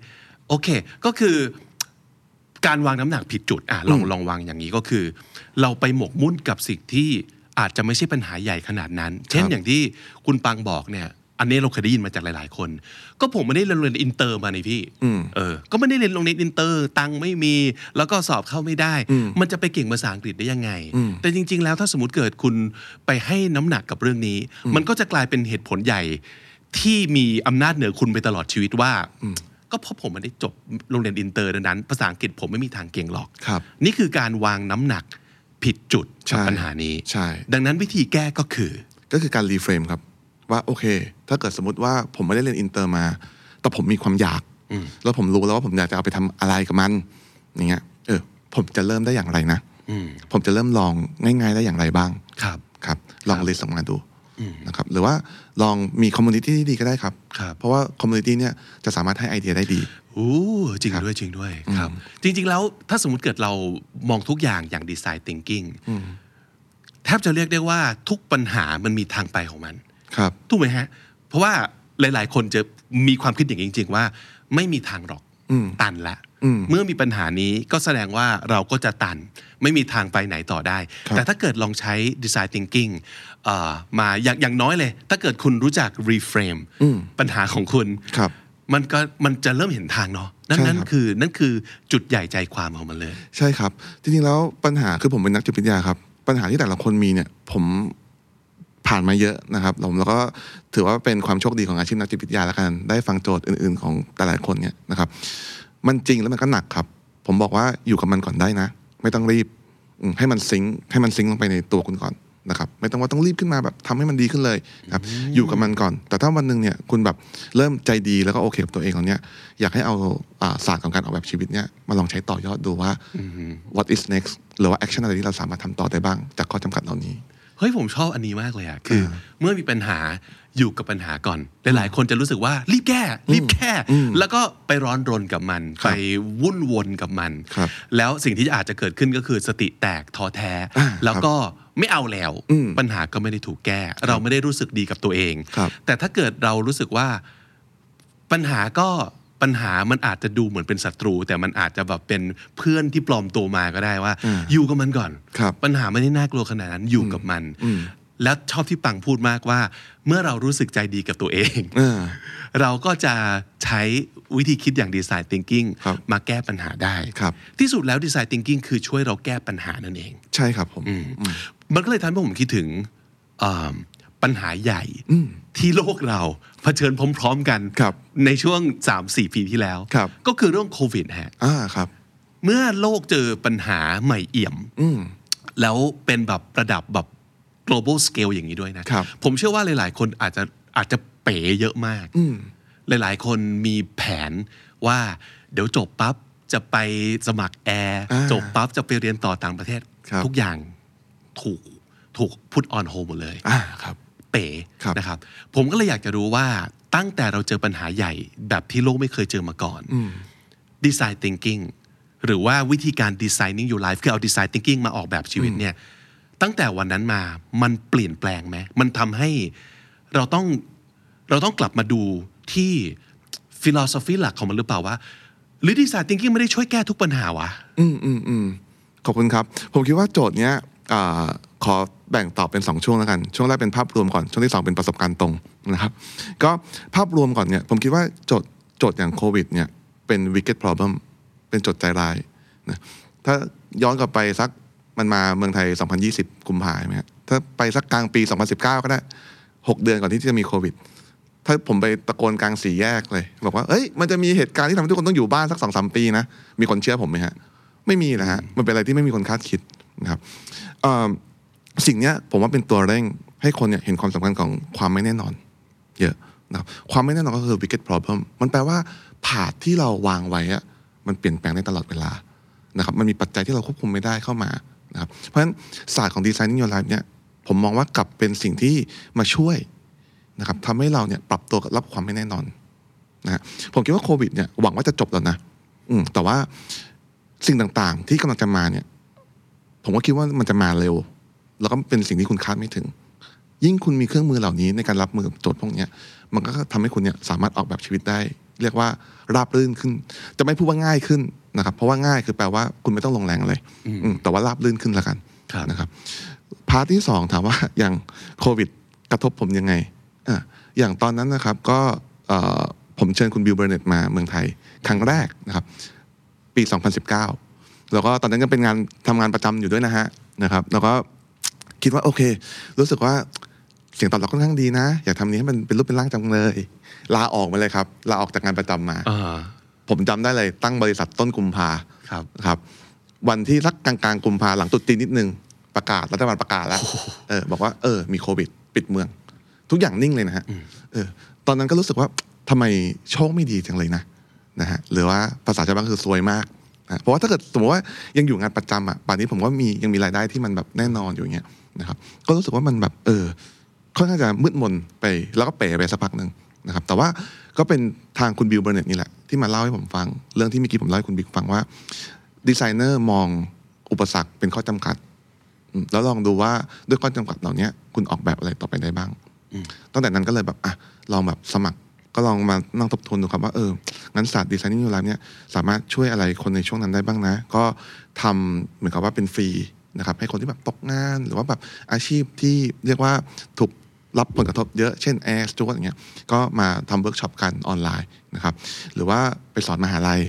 Speaker 2: โอเค ก็คือการวางน้ำหนักผิดจุดอ่ะลอง
Speaker 3: อืม
Speaker 2: ลองวางอย่างนี้ก็คือ เราไปหมกมุ่นกับสิ่งที่อาจจะไม่ใช่ปัญหาใหญ่ขนาดนั้น เช่น
Speaker 3: ครับ
Speaker 2: อย่างที่คุณปังบอกเนี่ย อันนี้เราเคยได้ยินมาจากหลาย ๆ คน ก็ผมไม่ได้เรียนอินเตอร์มาในพี่
Speaker 3: อืม
Speaker 2: เออ ก็ไม่ได้เรียนโรงเรียนอินเตอร์ ตังค์ไม่มี แล้วก็สอบเข้าไม่ได้
Speaker 3: อืม
Speaker 2: มันจะไปเก่งภาษาอังกฤษได้ยังไง
Speaker 3: อืม
Speaker 2: แต่จริง ๆ แล้วถ้าสมมติเกิดคุณไปให้น้ำหนักกับเรื่องนี้ มันก็จะกลายเป็นเหตุผลใหญ่ ที่มีอำนาจเหนือคุณไปตลอดชีวิตว่า ก็เพราะผมไม่ได้จบโรงเรียนอินเตอร์ดังนั้น ภาษาอังกฤษผมไม่มีทางเก่งหรอก
Speaker 3: ครับ
Speaker 2: นี่คือการวางน้ำหนักผิดจุดกับ
Speaker 3: ใช่
Speaker 2: ปัญหานี้
Speaker 3: ใช่
Speaker 2: ดังนั้นวิธีแก้ก็คือ
Speaker 3: ก็คือการรีเฟรมครับ ว่าโอเค ถ้าเกิดสมมติว่าผมไม่ได้เรียนอินเตอร์มา แต่ผมมีความอยาก แล้วผมรู้แล้วว่าผมอยากจะเอาไปทำอะไรกับมัน อย่างเงี้ยเออผมจะเริ่มได้อย่างไรนะ
Speaker 2: อืม
Speaker 3: ผมจะเริ่มลองง่าย ๆ ได้อย่างไรบ้าง
Speaker 2: ครับ
Speaker 3: ครับลองลิสต์ออกมาดูนะครับหรือว่าลองมีคอมมูนิตี้ที่ดีก็ได้ครับ
Speaker 2: ครับ
Speaker 3: เพราะว่าคอมมูนิตี้เนี่ยจะสามารถให้ไอเดียได้ดี
Speaker 2: อู้จริงด้วยจริงด้วยครับ จริง ๆ แล้วถ้าสมมติเกิดเรามองทุกอย่างอย่างดีไซน์ thinking แทบจะเรียกได้ว่าทุกปัญหามันมีทางไปของมัน
Speaker 3: ครับ
Speaker 2: ถูกไหมฮะ เพราะว่าหลาย ๆ คนจะมีความคิดอย่างนี้จริง ๆ ว่า ไม่มีทางหรอก
Speaker 3: อืม
Speaker 2: ตันละ
Speaker 3: อืม
Speaker 2: เมื่อมีปัญหานี้ก็แสดงว่าเราก็จะตัน ไม่มีทางไปไหนต่อได้
Speaker 3: ครับ
Speaker 2: แต่ถ้าเกิดลองใช้ design thinking เอ่อมาอย่างอย่างน้อยเลย ถ้าเกิดคุณรู้จัก reframe ปัญหาของคุณ
Speaker 3: ครับ
Speaker 2: มันก็มันจะเริ่มเห็นทางเนาะนั่น
Speaker 3: ใช่
Speaker 2: นั่น
Speaker 3: ครับ
Speaker 2: คือนั่นคือจุดใหญ่ใจความของมันเลย
Speaker 3: ใช่ครับ จริงๆ แล้วปัญหาคือผมเป็นนักจิตวิทยาครับ ปัญหาที่แต่ละคนมีเนี่ย ผมผ่านมาเยอะนะครับผมแล้วก็ถือว่าเป็นความโชคดีของอาชีพนักจิตวิทยาแล้วกันได้ฟังโจทย์อื่นๆ ของแต่ละคนเนี่ยนะครับ มันจริงแล้วมันก็หนักครับ ผมบอกว่าอยู่กับมันก่อนได้นะ ไม่ต้องรีบอืมให้มันซิงค์ให้มันซิงค์ลงไปในตัวคุณก่อนนะครับ ไม่ต้องว่าต้องรีบขึ้นมาแบบทำให้มันดีขึ้นเลยนะครับ อยู่กับมันก่อน แต่ถ้าวันหนึ่งเนี่ยคุณแบบเริ่มใจดีแล้วก็โอเคกับตัวเองแล้วเนี่ยอยากให้เอาอ่าศาสตร์ของการออกแบบชีวิตเนี่ยมาลองใช้ต่อยอดดูว่า what is next หรือว่า action อะไรที่เราสามารถทำต่อได้บ้าง จากข้อจำกัดเหล่านี้
Speaker 2: เฮ้ยผมชอบอันนี้มากเลยอะคือ เมื่อมีปัญหาอยู่กับปัญหาก่อน หลายๆคนจะรู้สึกว่ารีบแก้ รีบแก้ แล้วก็ไปร้อนรนกับมัน
Speaker 3: ครับ
Speaker 2: ไปวุ่นวนกับมัน
Speaker 3: ครับ
Speaker 2: แล้วสิ่งที่อาจจะเกิดขึ้นก็คือสติแตกท้อแท้
Speaker 3: อ่า
Speaker 2: แล้วก็ไม่เอาแล้ว
Speaker 3: อืม
Speaker 2: ปัญหาก็ไม่ได้ถูกแก้ เราไม่ได้รู้สึกดีกับตัวเอง
Speaker 3: ครับ
Speaker 2: แต่ถ้าเกิดเรารู้สึกว่า ปัญหาก็ปัญหามันอาจจะดูเหมือนเป็นศัตรู แต่มันอาจจะแบบเป็นเพื่อนที่ปลอมตัวมาก็ได้ว่า
Speaker 3: อ่า
Speaker 2: อยู่กับมันก่อน
Speaker 3: ครับ
Speaker 2: ปัญหาไม่ได้น่ากลัวขนาดนั้นอยู่กับมัน
Speaker 3: อืม
Speaker 2: แล้วชอบที่ปังพูดมากว่า เมื่อเรารู้สึกใจดีกับตัวเอง
Speaker 3: อ่า
Speaker 2: เราก็จะใช้วิธีคิดอย่างดีไซน์ thinking
Speaker 3: ครับ
Speaker 2: มาแก้ปัญหาได้
Speaker 3: ครับ
Speaker 2: ที่สุดแล้วดีไซน์ thinking คือช่วยเราแก้ปัญหานั่นเอง
Speaker 3: ใช่ครับผม
Speaker 2: มันก็เลยทำให้ผมคิดถึงอ่าปัญหาใหญ่ที่โลกเราเผชิญพร้อม ๆ กัน
Speaker 3: ครับ
Speaker 2: ในช่วง 3-4 ปีที่แล้ว
Speaker 3: ครับ
Speaker 2: ก็คือเรื่องโควิดฮะ
Speaker 3: อ่าครับ
Speaker 2: เมื่อโลกเจอปัญหาใหม่เอี่ยม
Speaker 3: อืม
Speaker 2: แล้วเป็นแบบระดับแบบ global scale อย่างนี้ด้วยนะครับ ผมเชื่อว่าหลาย ๆ คนอาจจะอาจจะเป๋เยอะมาก หลายๆ คนมีแผนว่าเดี๋ยวจบปั๊บจะไปสมัครแอร์
Speaker 3: อ่า
Speaker 2: จบปั๊บจะไปเรียนต่อต่างประเทศ
Speaker 3: ครับ
Speaker 2: ทุกอย่างถูกถูกพุทออนโฮหมดเลย
Speaker 3: อ่าครับ
Speaker 2: เป๋
Speaker 3: ครับ
Speaker 2: นะครับผมก็เลยอยากจะรู้ว่าตั้งแต่เราเจอปัญหาใหญ่แบบที่โลกไม่เคยเจอมาก่อน design thinking หรือว่าวิธีการ designing your life คือเอา design thinking มาออกแบบชีวิตเนี่ยตั้งแต่วันนั้นมามันเปลี่ยนแปลงไหมมันทำให้เราต้องเราต้องกลับมาดูที่ philosophy หลักของมันหรือเปล่าว่า หรือ design thinking ไม่ได้ช่วยแก้ทุกปัญหาวะ
Speaker 3: อืมอืมอืมขอบคุณครับ ผมคิดว่าโจทย์เนี้ยอ่าขอแบ่งตอบเป็น 2 ช่วงแล้วกัน ช่วงแรกเป็นภาพรวมก่อน ช่วงที่ 2 เป็นประสบการณ์ตรงนะครับ ก็ภาพรวมก่อนเนี่ยผมคิดว่าโจทย์โจทย์อย่างโควิดเนี่ยเป็น wicked problem เป็นโจทย์ใจร้ายนะถ้าย้อนกลับไปสักมันมาเมืองไทย 2020 กุมภาพันธ์ไหมฮะถ้าไปสักกลางปี 2019 ก็ได้ 6 เดือนก่อนที่จะมีโควิด ถ้าผมไปตะโกนกลางสี่แยกเลย บอกว่า เอ้ย มันจะมีเหตุการณ์ที่ทำให้ทุกคนต้องอยู่บ้านสักสองสามปีนะ มีคนเชื่อผมไหมฮะ ไม่มีนะฮะ มันเป็นอะไรที่ไม่มีคนคาดคิดนะครับเอิ่มสิ่งเนี้ยผมว่าเป็นตัวเร่งให้คนเนี่ยเห็นความสำคัญของความไม่แน่นอน เยอะนะครับความไม่แน่นอนก็คือ wicked problem มันแปลว่าผาดที่เราวางไว้อะมันเปลี่ยนแปลงได้ตลอดเวลานะครับมันมีปัจจัยที่เราควบคุมไม่ได้เข้ามานะครับเพราะฉะนั้นศาสตร์ของ designing your life เนี่ยผมมองว่ากลับเป็นสิ่งที่มาช่วย นะครับทำให้เราเนี่ยปรับตัวกับรับความไม่แน่นอนนะฮะผมคิดว่าโควิดเนี่ยหวังว่าจะจบแล้วนะอืมแต่ว่าสิ่งต่างๆ ที่กำลังจะมาเนี่ย ผมก็คิดว่ามันจะมาเร็ว แล้วก็เป็นสิ่งที่คุณคาดไม่ถึง ยิ่งคุณมีเครื่องมือเหล่านี้ในการรับมือกับโจทย์พวกเนี้ย มันก็ทำให้คุณเนี่ยสามารถออกแบบชีวิตได้ เรียกว่าราบรื่นขึ้น จะไม่พูดว่าง่ายขึ้นนะครับ เพราะว่าง่ายคือแปลว่าคุณไม่ต้องลงแรงเลยอืมแต่ว่าราบรื่นขึ้นละกัน
Speaker 2: ครับ
Speaker 3: นะครับ พาร์ทที่สองถามว่า อย่างโควิดกระทบผมยังไงอ่ะอย่างตอนนั้นนะครับก็เอ่อผมเชิญคุณบิวเบอร์เน็ตมาเมืองไทย ครั้งแรกนะครับ ปี 2019 แล้วก็ตอนนั้นก็เป็นงานทำงานประจำอยู่ด้วยนะฮะนะครับ แล้วก็คิดว่าโอเค รู้สึกว่าเสียงตอบรับค่อนข้างดีนะ อยากทำนี้ให้มันเป็นรูปเป็นร่างจังเลย ลาออกมาเลยครับลาออกจากงานประจำมา
Speaker 2: อ่า
Speaker 3: ผมจำได้เลยตั้งบริษัทต้นกุมภา
Speaker 2: ครับ
Speaker 3: ครับวันที่สักกลางกลางๆกุมภาหลังตรุดจีนนิดนึงประกาศรัฐบาลประกาศแล้วเออบอกว่าเออมีโควิด ปิดเมือง ทุกอย่างนิ่งเลยนะฮะเออตอนนั้นก็รู้สึกว่าทำไมโชคไม่ดีจังเลยนะนะฮะหรือว่าภาษาชาวบ้านคือซวยมากนะเพราะว่าถ้าเกิดสมมติว่ายังอยู่งานประจำอ่ะป่านนี้ผมก็มียังมีรายได้ที่มันแบบแน่นอนอยู่อย่างเงี้ยนะครับก็รู้สึกว่ามันแบบเออ ค่อนข้างจะมืดมนไปแล้วก็เป๋ไปสักพักหนึ่งนะครับแต่ว่าก็เป็นทางคุณบิวเบอร์เน็ตนี่แหละ ที่มาเล่าให้ผมฟัง เรื่องที่เมื่อกี้ผมเล่าให้คุณบิ๊กฟังว่า ดีไซเนอร์มองอุปสรรคเป็นข้อจำกัดอืมแล้วลองดูว่าด้วยข้อจำกัดเหล่านี้คุณออกแบบอะไรต่อไปได้บ้างตั้งแต่นั้นก็เลยแบบอ่ะลองแบบสมัคร ก็ลองมานั่งทบทวนดูครับว่าเอองั้นศาสตร์ดีไซนิ่งยูไลฟ์เนี่ยสามารถช่วยอะไรคนในช่วงนั้นได้บ้างนะ ก็ทำเหมือนกับว่าเป็นฟรีนะครับให้คนที่แบบตกงาน หรือว่าแบบอาชีพที่เรียกว่าถูก รับผลกระทบเยอะ เช่นแอร์สจวตอย่างเงี้ย ก็มาทำเวิร์กช็อปกันออนไลน์นะครับ หรือว่าไปสอนมหาลัย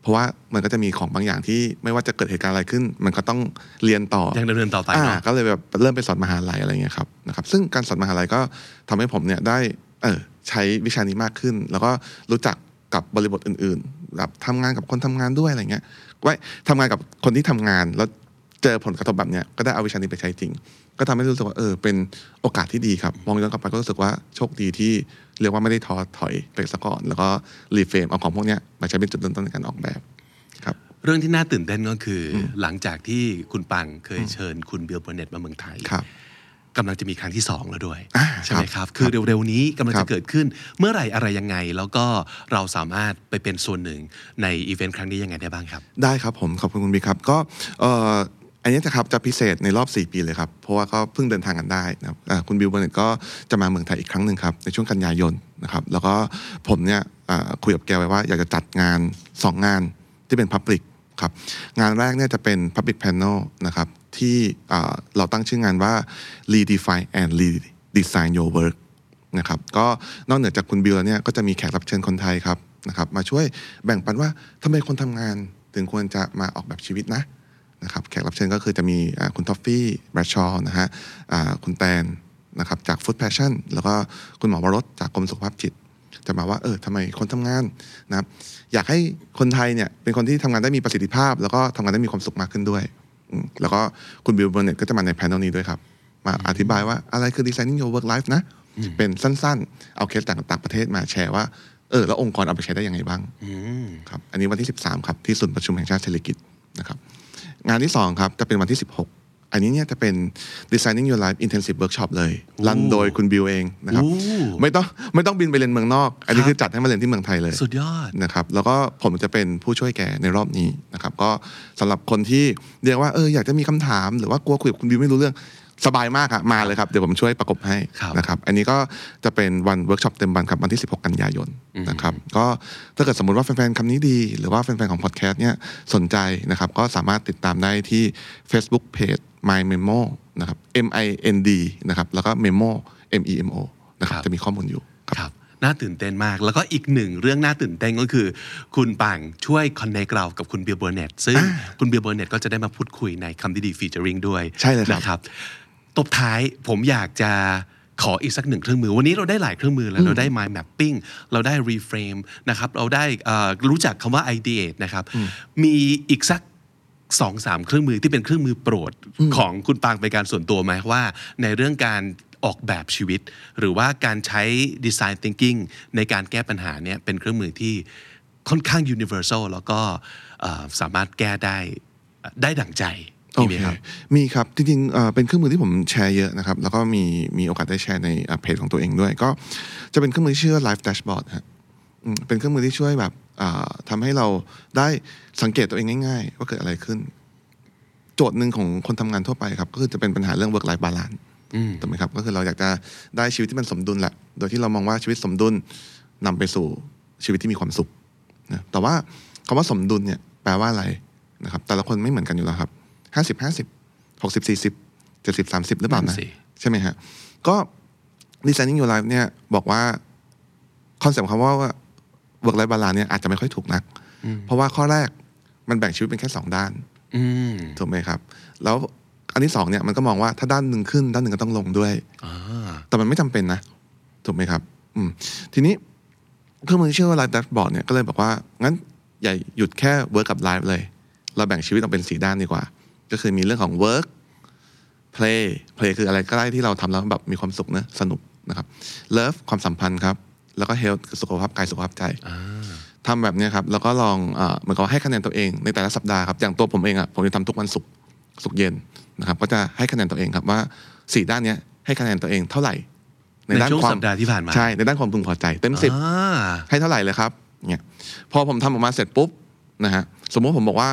Speaker 3: เพราะว่ามันก็จะมีของบางอย่างที่ไม่ว่าจะเกิดเหตุการณ์อะไรขึ้น มันก็ต้องเรียนต่อ
Speaker 2: ยังดำเนินต่อไปเนอะ
Speaker 3: าก็เลยแบบเริ่มไปสอนมหาลัยอะไรเงี้ยครับนะครับ ซึ่งการสอนมหาลัยก็ทำให้ผมเนี่ยได้เออใช้วิชานี้มากขึ้น แล้วก็รู้จักกับบริบทอื่นๆแบบทำงานกับคนทำงานด้วยอะไรเงี้ยไว้ทำงานกับคนที่ทำงานแล้วเจอผลกระทบแบบเนี้ยก็ได้เอาวิชานี้ไปใช้จริง ก็ทำให้รู้สึกว่าเออเป็นโอกาสที่ดีครับมองย้อนกลับไปก็รู้สึกว่าโชคดีที่เรียกว่าไม่ได้ท้อถอยไปซะก่อน แล้วก็รีเฟรมเอาของพวกเนี้ยมาใช้เป็นจุดเริ่มต้นในการออกแบบครับ
Speaker 2: เรื่องที่น่าตื่นเต้นก็คืออหลังจากที่คุณปังเคยเชิญคุณบิลเบอร์เน็ตมาเมืองไทย
Speaker 3: ครับ
Speaker 2: กำลังจะมีครั้งที่ 2 แล้วด้วย
Speaker 3: อ่า
Speaker 2: ใช่ไหม
Speaker 3: ค
Speaker 2: ค
Speaker 3: รั
Speaker 2: รั
Speaker 3: บบ
Speaker 2: คือเร็ว ๆ นี้กำลัง
Speaker 3: ครั
Speaker 2: จะ
Speaker 3: บ
Speaker 2: เกิดขึ้นเมื่อไหร่อะไรยังไง แล้วก็เราสามารถไปเป็นส่วนหนึ่งในอีเวนต์ครั้งนี้ยังไงได้บ้างครับ
Speaker 3: ได้ครับผม ขอบคุณคุณบีครับก็เอ่ออันนี้นะครับจะพิเศษในรอบ 4 ปีเลยครับ เพราะว่าก็เพิ่งเดินทางกันได้นะครับอ่าคุณบิวเบอร์เน็ตก็จะมาเมืองไทยอีกครั้งหนึ่งครับ ในช่วงกันยายนนะครับ แล้วก็ผมเนี่ยอ่าคุยกับแกไว้ว่าอยากจะจัดงาน 2 งานที่เป็นพับลิกครับ งานแรกเนี่ยจะเป็น Public Panel นะครับที่อ่าเราตั้งชื่องานว่า redefine and redesign your work นะครับก็นอกเหนือจากคุณบิวแล้วเนี่ยก็จะมีแขกรับเชิญคนไทยครับนะครับมาช่วยแบ่งปันว่าทำไมคนทำงานถึงควรจะมาออกแบบชีวิตนะนะครับแขกรับเชิญก็คือจะมีอ่าคุณท็อฟฟี่แบรชอว์นะฮะอ่าคุณแตนนะครับจาก Food Passion แล้วก็คุณหมอวรสจากกรมสุขภาพจิต จะมาว่าเออทำไมคนทำงานนะครับอยากให้คนไทยเนี่ยเป็นคนที่ทำงานได้มีประสิทธิภาพ แล้วก็ทำงานได้มีความสุขมากขึ้นด้วยอืมแล้วก็คุณบิวเบอร์เน็ตก็จะมาในแพนลนี้ด้วยครับ มาอธิบายว่าอะไรคือ designing your work life นะ เป็นสั้นๆ เอาเคสต่างๆประเทศมาแชร์ว่า เออ แล้วองค์กรเอาไปใช้ได้ยังไงบ้างครับ อันนี้วันที่ 13 ครับที่ศูนย์ประชุมแห่งชาติเศรษฐกิจนะครับ งานที่ 2 ครับ จะเป็นวันที่ 16 อันนี้เนี่ยจะเป็น designing your life intensive workshop เลย รันโดยคุณบิวเองนะครับ
Speaker 2: โอ้
Speaker 3: ไม่ต้องไม่ต้องบินไปเรียนเมืองนอก อันนี้
Speaker 2: ครับ
Speaker 3: คือจัดให้มาเรียนที่เมืองไทยเลย
Speaker 2: สุดยอด
Speaker 3: นะครับแล้วก็ผมจะเป็นผู้ช่วยแกในรอบนี้นะครับก็สำหรับคนที่เรียกว่าเอออยากจะมีคำถาม หรือว่ากลัวคุยกับคุณบิวไม่รู้เรื่องสบายมากอะมาเลยครับ เดี๋ยวผมช่วยประกบให้
Speaker 2: ครับ
Speaker 3: นะครับอันนี้ก็จะเป็นวันเวิร์กช็อปเต็มวันครับวันที่ 16 กันยายนนะครับก็ถ้าเกิดสมมติว่าแฟนๆคำนี้ดี หรือว่าแฟนๆของพอดแคสต์เนี่ยสนใจนะครับก็สามารถติดตามได้ที่ Facebook Page My Memo นะครับ M I N D นะครับแล้วก็ Memo M E M O นะค
Speaker 2: ค
Speaker 3: รับ
Speaker 2: รับ
Speaker 3: จะมีข้อมูลอยู่
Speaker 2: ครับน่าตื่นเต้นมาก แล้วก็อีกหนึ่งเรื่องน่าตื่นเต้นก็คือ คุณปังช่วยคอนเนคเรากับคุณเบียร์เบอร์เน็ตซึ่งคุณเบียร์เบอร์เน็ตก็จะได้มาพูดคุยในคำดีดีฟีเจอริงด้วย
Speaker 3: ใช่เลยครับ
Speaker 2: นะครับ ตบท้ายผมอยากจะขออีกสักหนึ่งเครื่องมือ วันนี้เราได้หลายเครื่องมือแล้ว เราได้ mind mapping เราได้ reframe นะครับ เราได้เอ่อรู้จักคำว่า ideate นะครับ มีอีกสักสองสามเครื่องมือที่เป็นเครื่องมือโปรดของคุณปางเป็นการส่วนตัวไหมว่า ในเรื่องการออกแบบชีวิต หรือว่าการใช้ design thinking ในการแก้ปัญหาเนี่ยเป็นเครื่องมือที่ค่อนข้าง universal แล้วก็เอ่อสามารถแก้ได้ได้ดั่งใจ
Speaker 3: โอ
Speaker 2: มีไห
Speaker 3: เค
Speaker 2: มครับ
Speaker 3: มีครับ จริงๆเอ่อเป็นเครื่องมือที่ผมแชร์เยอะนะครับ แล้วก็มีมีโอกาสได้แชร์ในอ่ะเพจของตัวเองด้วย ก็จะเป็นเครื่องมือที่ชื่อ Life Dashboard ฮะอืมเป็นเครื่องมือที่ช่วยแบบอ่าทำาให้เราได้สังเกตตัวเองง่าย ๆ ว่าเกิดอะไรขึ้น โจทย์หนึ่งของคนทำงานทั่วไปครับ ก็คือจะเป็นปัญหาเรื่อง work life balance ถูกไหมครับ ก็คือเราอยากจะได้ชีวิตที่มันสมดุลแหละ โดยที่เรามองว่าชีวิตสมดุลนำไปสู่ชีวิตที่มีความสุขนะแต่ว่าคำว่าสมดุลเนี่ยแปลว่าอะไรนะครับ แต่ละคนไม่เหมือนกันอยู่แล้วครับห้าสิบห้าสิบหกสิบสี่สิบเจ็ดสิบสามสิบหรือเปล่า
Speaker 2: นั่
Speaker 3: นะ
Speaker 2: นสิ
Speaker 3: ใช่ไหมฮะ ก็ designing your life เนี่ยบอกว่า คอนเซ็ปต์คำว่าว่า work life balance เนี่ยอาจจะไม่ค่อยถูกนัก เพราะว่าข้อแรกมันแบ่งชีวิตเป็นแค่สองด้าน
Speaker 2: อืม
Speaker 3: ถูกไหมครับ แล้วอันที่สองเนี่ยมันก็มองว่าถ้าด้านหนึ่งขึ้น ด้านหนึ่งก็ต้องลงด้วย
Speaker 2: อ่า
Speaker 3: แต่มันไม่จำเป็นนะ ถูกไหมครับ อืม ทีนี้เครื่องมือที่ชื่อว่า Life Dashboard เนี่ยก็เลยบอกว่า งั้นอย่าหยุดแค่ Work กับ Life เลย เราแบ่งชีวิตออกเป็นสีด้านดีกว่า ก็คือมีเรื่องของ Work Play Play คืออะไรก็ได้ที่เราทำแล้วแบบมีความสุขนะสนุกนะครับ Love ความสัมพันธ์ครับ แล้วก็ Health คือสุขภาพกายสุขภาพใจ ทำแบบเนี้ยครับ แล้วก็ลองเอ่อเหมือนกับว่าให้คะแนนตัวเองในแต่ละสัปดาห์ครับอย่างตัวผมเองอ่ะผมจะทำทุกวันศุกร์ศุกร์เย็นนะครับก็จะให้คะแนนตัวเองครับว่าสี่ด้านเนี้ยให้คะแนนตัวเองเท่าไหร่
Speaker 2: ในช่วงสัปดาห์ที่ผ่านมา
Speaker 3: ใช่ในด้านความพึงพอใจเต็มสิบ
Speaker 2: อ่า
Speaker 3: ให้เท่าไหร่เลยครับเนี่ยพอผมทำออกมาเสร็จปุ๊บนะฮะสมมติผมบอกว่า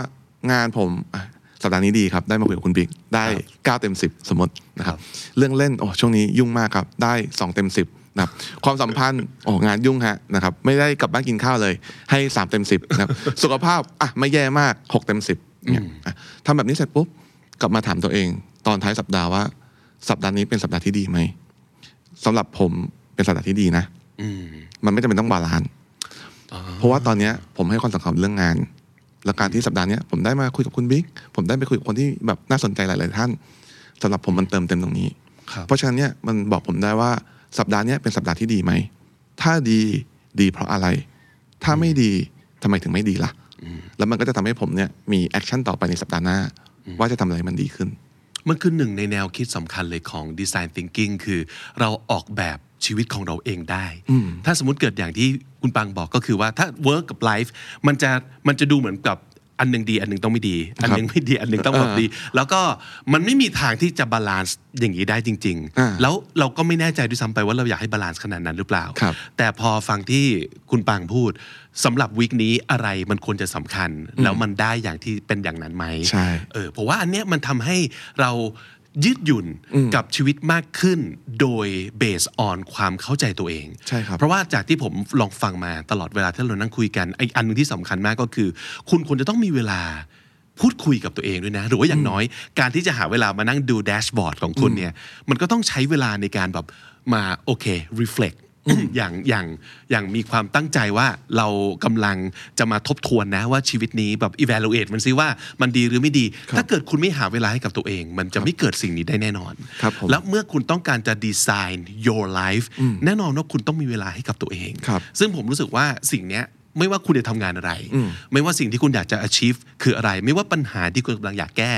Speaker 3: งานผมอ่ะสัปดาห์นี้ดีครับได้มาคุยกับคุณบิ๊กได้เก้าเต็มสิบสมมตินะครับเรื่องเล่นโอ้ช่วงนี้ยุ่งมากครับได้สองเต็มสิบนะครับความสัมพันธ์โอ้งานยุ่งฮะนะครับไม่ได้กลับบ้านกินข้าวเลย ให้ 3 เต็ม 10นะครับ สุขภาพอ่ะไม่แย่มาก 6 เต็ม 10เนี่ยอ่ะทำแบบนี้เสร็จปุ๊บ กลับมาถามตัวเอง ตอนท้ายสัปดาห์ว่า สัปดาห์นี้เป็นสัปดาห์ที่ดีไหมสำหรับผมเป็นสัปดาห์ที่ดีนะ
Speaker 2: อืม
Speaker 3: มันไม่จำเป็นต้องบาลานซ์
Speaker 2: อ๋อ
Speaker 3: เพราะว่าตอนเนี้ยผมให้ความสำคัญเรื่องงาน และการที่สัปดาห์เนี้ยผมได้มาคุยกับคุณบิ๊ก ผมได้ไปคุยกับคนที่แบบน่าสนใจหลาย ๆ ท่านสำหรับผมมันเติมเต็มตรงนี้
Speaker 2: ครับ
Speaker 3: เพราะฉะนั้นเนี่ยมันบอกผมได้ว่าสัปดาห์เนี้ยเป็นสัปดาห์ที่ดีไหม ถ้าดีดีเพราะอะไร ถ้าไม่ดีทำไมถึงไม่ดีล่ะ แล้วมันก็จะทำให้ผมเนี่ยมีแอคชั่นต่อไปในสัปดาห์หน้า ว่าจะทำอะไรให้มันดีขึ้น
Speaker 2: มันคือหนึ่งในแนวคิดสำคัญเลยของ design thinking คือเราออกแบบชีวิตของเราเองได้ ถ้าสมมติเกิดอย่างที่คุณปังบอกก็คือว่าถ้า work กับ life มันจะมันจะดูเหมือนกับอันหนึ่งดีอันหนึ่งต้องไม่ดี อันหนึ่งไม่ดีอันหนึ่งต้องแบบดี แล้วก็มันไม่มีทางที่จะบาลานซ์อย่างนี้ได้จริง
Speaker 3: อ่า
Speaker 2: ๆ แล้วเราก็ไม่แน่ใจด้วยซ้ำไปว่าเราอยากให้บาลานซ์ขนาดนั้นหรือเปล่า
Speaker 3: ครับ
Speaker 2: แต่พอฟังที่คุณปังพูดสำหรับวีคนี้อะไรมันควรจะสำคัญ แล้วมันได้อย่างที่เป็นอย่างนั้นไหม
Speaker 3: ใช่
Speaker 2: เออผมว่าอันเนี้ยมันทำให้เรายืดหยุ่นกับชีวิตมากขึ้น โดยเบสออนความเข้าใจตัวเอง
Speaker 3: ใช่ครับ
Speaker 2: เพราะว่าจากที่ผมลองฟังมาตลอดเวลาที่เรานั่งคุยกันไอ้อันหนึงที่สำคัญมากก็คือ คุณควรจะต้องมีเวลาพูดคุยกับตัวเองด้วยนะ หรือว่าอย่างน้อยการที่จะหาเวลามานั่งดูแดชบอร์ดของคุณเนี่ยมันก็ต้องใช้เวลาในการแบบมาโอเค reflect อย่างอย่างอย่างมีความตั้งใจว่าเรากำลังจะมาทบทวนนะว่าชีวิตนี้แบบ evaluate มันซิว่ามันดีหรือไม่ดี ถ้าเกิดคุณไม่หาเวลาให้กับตัวเอง มันจะไม่เกิดสิ่งนี้ได้แน่นอน
Speaker 3: ครับผม
Speaker 2: แล้วเมื่อคุณต้องการจะ design your life แน่นอนว่าคุณต้องมีเวลาให้กับตัวเอง
Speaker 3: ครับ
Speaker 2: ซึ่งผมรู้สึกว่าสิ่งเนี้ย ไม่ว่าคุณจะทำงานอะไร ไม่ว่าสิ่งที่คุณอยากจะ achieve คืออะไร ไม่ว่าปัญหาที่คุณกำลังอยากแก้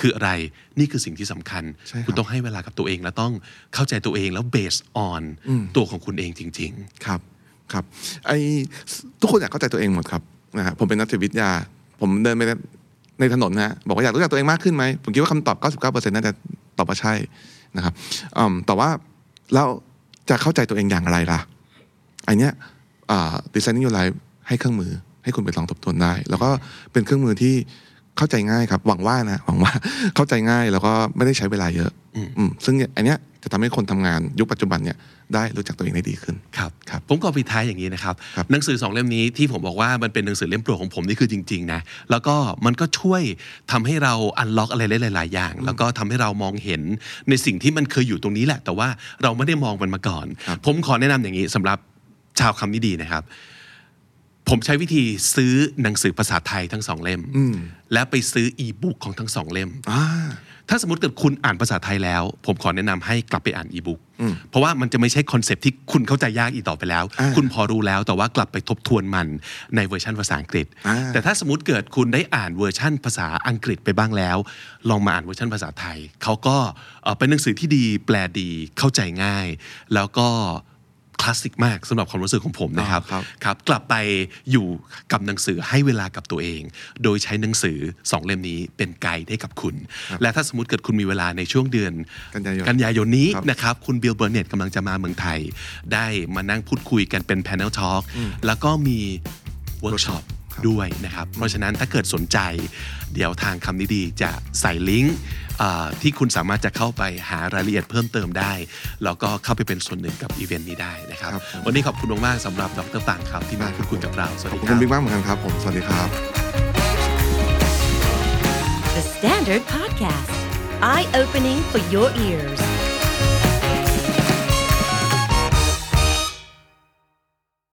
Speaker 2: คืออะไร นี่คือสิ่งที่สำคัญ
Speaker 3: ใช่ครับ
Speaker 2: คุณต้องให้เวลากับตัวเองและต้องเข้าใจตัวเองแล้ว based on ตัวของคุณเองจริง
Speaker 3: ครับครับไอทุกคนอยากเข้าใจตัวเองหมดครับนะฮะผมเป็นนักจิตวิทยา ผมเดินไปในถนนนะฮะบอกว่าอยากรู้จักตัวเองมากขึ้นไหม ผมคิดว่าคำตอบ 99%น่าจะตอบว่าใช่นะครับอืมแต่ว่าแล้วจะเข้าใจตัวเองอย่างไรล่ะ อันเนี้ยดีไซนิ่งยูไลฟ์ให้เครื่องมือ ให้คุณไปลองทบทวนได้ แล้วก็เป็นเครื่องมือที่เข้าใจง่ายครับ หวังว่านะ หวังว่า เข้าใจง่ายแล้วก็ไม่ได้ใช้เวลาเยอะ
Speaker 2: อืม
Speaker 3: อืมซึ่งเนี่ยอันเนี้ยจะทำให้คนทำงานยุคปัจจุบันเนี่ยได้รู้จักตัวเองได้ดีขึ้น
Speaker 2: ๆ ครับ
Speaker 3: ครับ
Speaker 2: ผมก็ปิดท้ายอย่างนี้นะครับ
Speaker 3: ครับ
Speaker 2: หนังสือสองเล่มนี้ที่ผมบอกว่ามันเป็นหนังสือเล่มโปรดของผมนี่คือจริง ๆ นะ แล้วก็มันก็ช่วยทำให้เราอันล็อกอะไรได้หลาย ๆ อย่าง แล้วก็ทำให้เรามองเห็นในสิ่งที่มันเคยอยู่ตรงนี้แหละ แต่ว่าเราไม่ได้มองมันมาก่อน
Speaker 3: ครับ
Speaker 2: ผมขอแนะนำอย่างนี้สำหรับชาวคำนี้ดีนะครับ ผมใช้วิธีซื้อหนังสือภาษาไทยทั้งสองเล่ม
Speaker 3: อืม
Speaker 2: และไปซื้ออีบุ๊กของทั้งสองเล่ม
Speaker 3: อ่า
Speaker 2: ถ้าสมมติเกิดคุณอ่านภาษาไทยแล้ว ผมขอแนะนำให้กลับไปอ่านอีบุ๊ก
Speaker 3: อืม
Speaker 2: เพราะว่ามันจะไม่ใช่คอนเซปต์ที่คุณเข้าใจยากอีกต่อไปแล้ว
Speaker 3: อ่า
Speaker 2: คุณพอรู้แล้วแต่ว่ากลับไปทบทวนมันในเวอร์ชันภาษาอังกฤษ
Speaker 3: อ่า
Speaker 2: แต่ถ้าสมมติเกิดคุณได้อ่านเวอร์ชันภาษาอังกฤษไปบ้างแล้ว ลองมาอ่านเวอร์ชันภาษาไทยเขาก็เอ่อเป็นหนังสือที่ดี แปลดีเข้าใจง่าย แล้วก็คลาสสิกมากสำหรับความรู้สึกของผมนะครับ
Speaker 3: ครับ
Speaker 2: ครับกลับไปอยู่กับหนังสือให้เวลากับตัวเอง โดยใช้หนังสือสองเล่มนี้เป็นไกด์ให้กับคุณ และถ้าสมมติเกิดคุณมีเวลาในช่วงเดือน
Speaker 3: กันยายน
Speaker 2: นนี้
Speaker 3: ครับ
Speaker 2: นะครับ คุณบิลเบอร์เน็ตกำลังจะมาเมืองไทย ได้มานั่งพูดคุยกันเป็น panel talk แล้วก็มีเวิร์กช็อป
Speaker 3: workshop ครับ
Speaker 2: ด้วยนะครับ เพราะฉะนั้นถ้าเกิดสนใจ เดี๋ยวทางคำนี้ดีจะใส่ลิงก์เอ่อที่คุณสามารถจะเข้าไปหารายละเอียดเพิ่มเติมได้ แล้วก็เข้าไปเป็นส่วนหนึ่งกับอีเวนต์นี้ได้นะครับ
Speaker 3: ครับผม
Speaker 2: วันนี้ขอบคุณมากๆสำหรับดรต่างครับ ที่มาพูดคุยกับเรา สวัส
Speaker 3: ขอบ
Speaker 2: ดี
Speaker 3: คุณ
Speaker 2: ค
Speaker 3: คุ
Speaker 2: รั
Speaker 3: ณ
Speaker 2: บ
Speaker 3: บิ๊กมากเหมือนกันครับผม สวัสดีครับ
Speaker 1: The Standard Podcast, eye opening for your ears.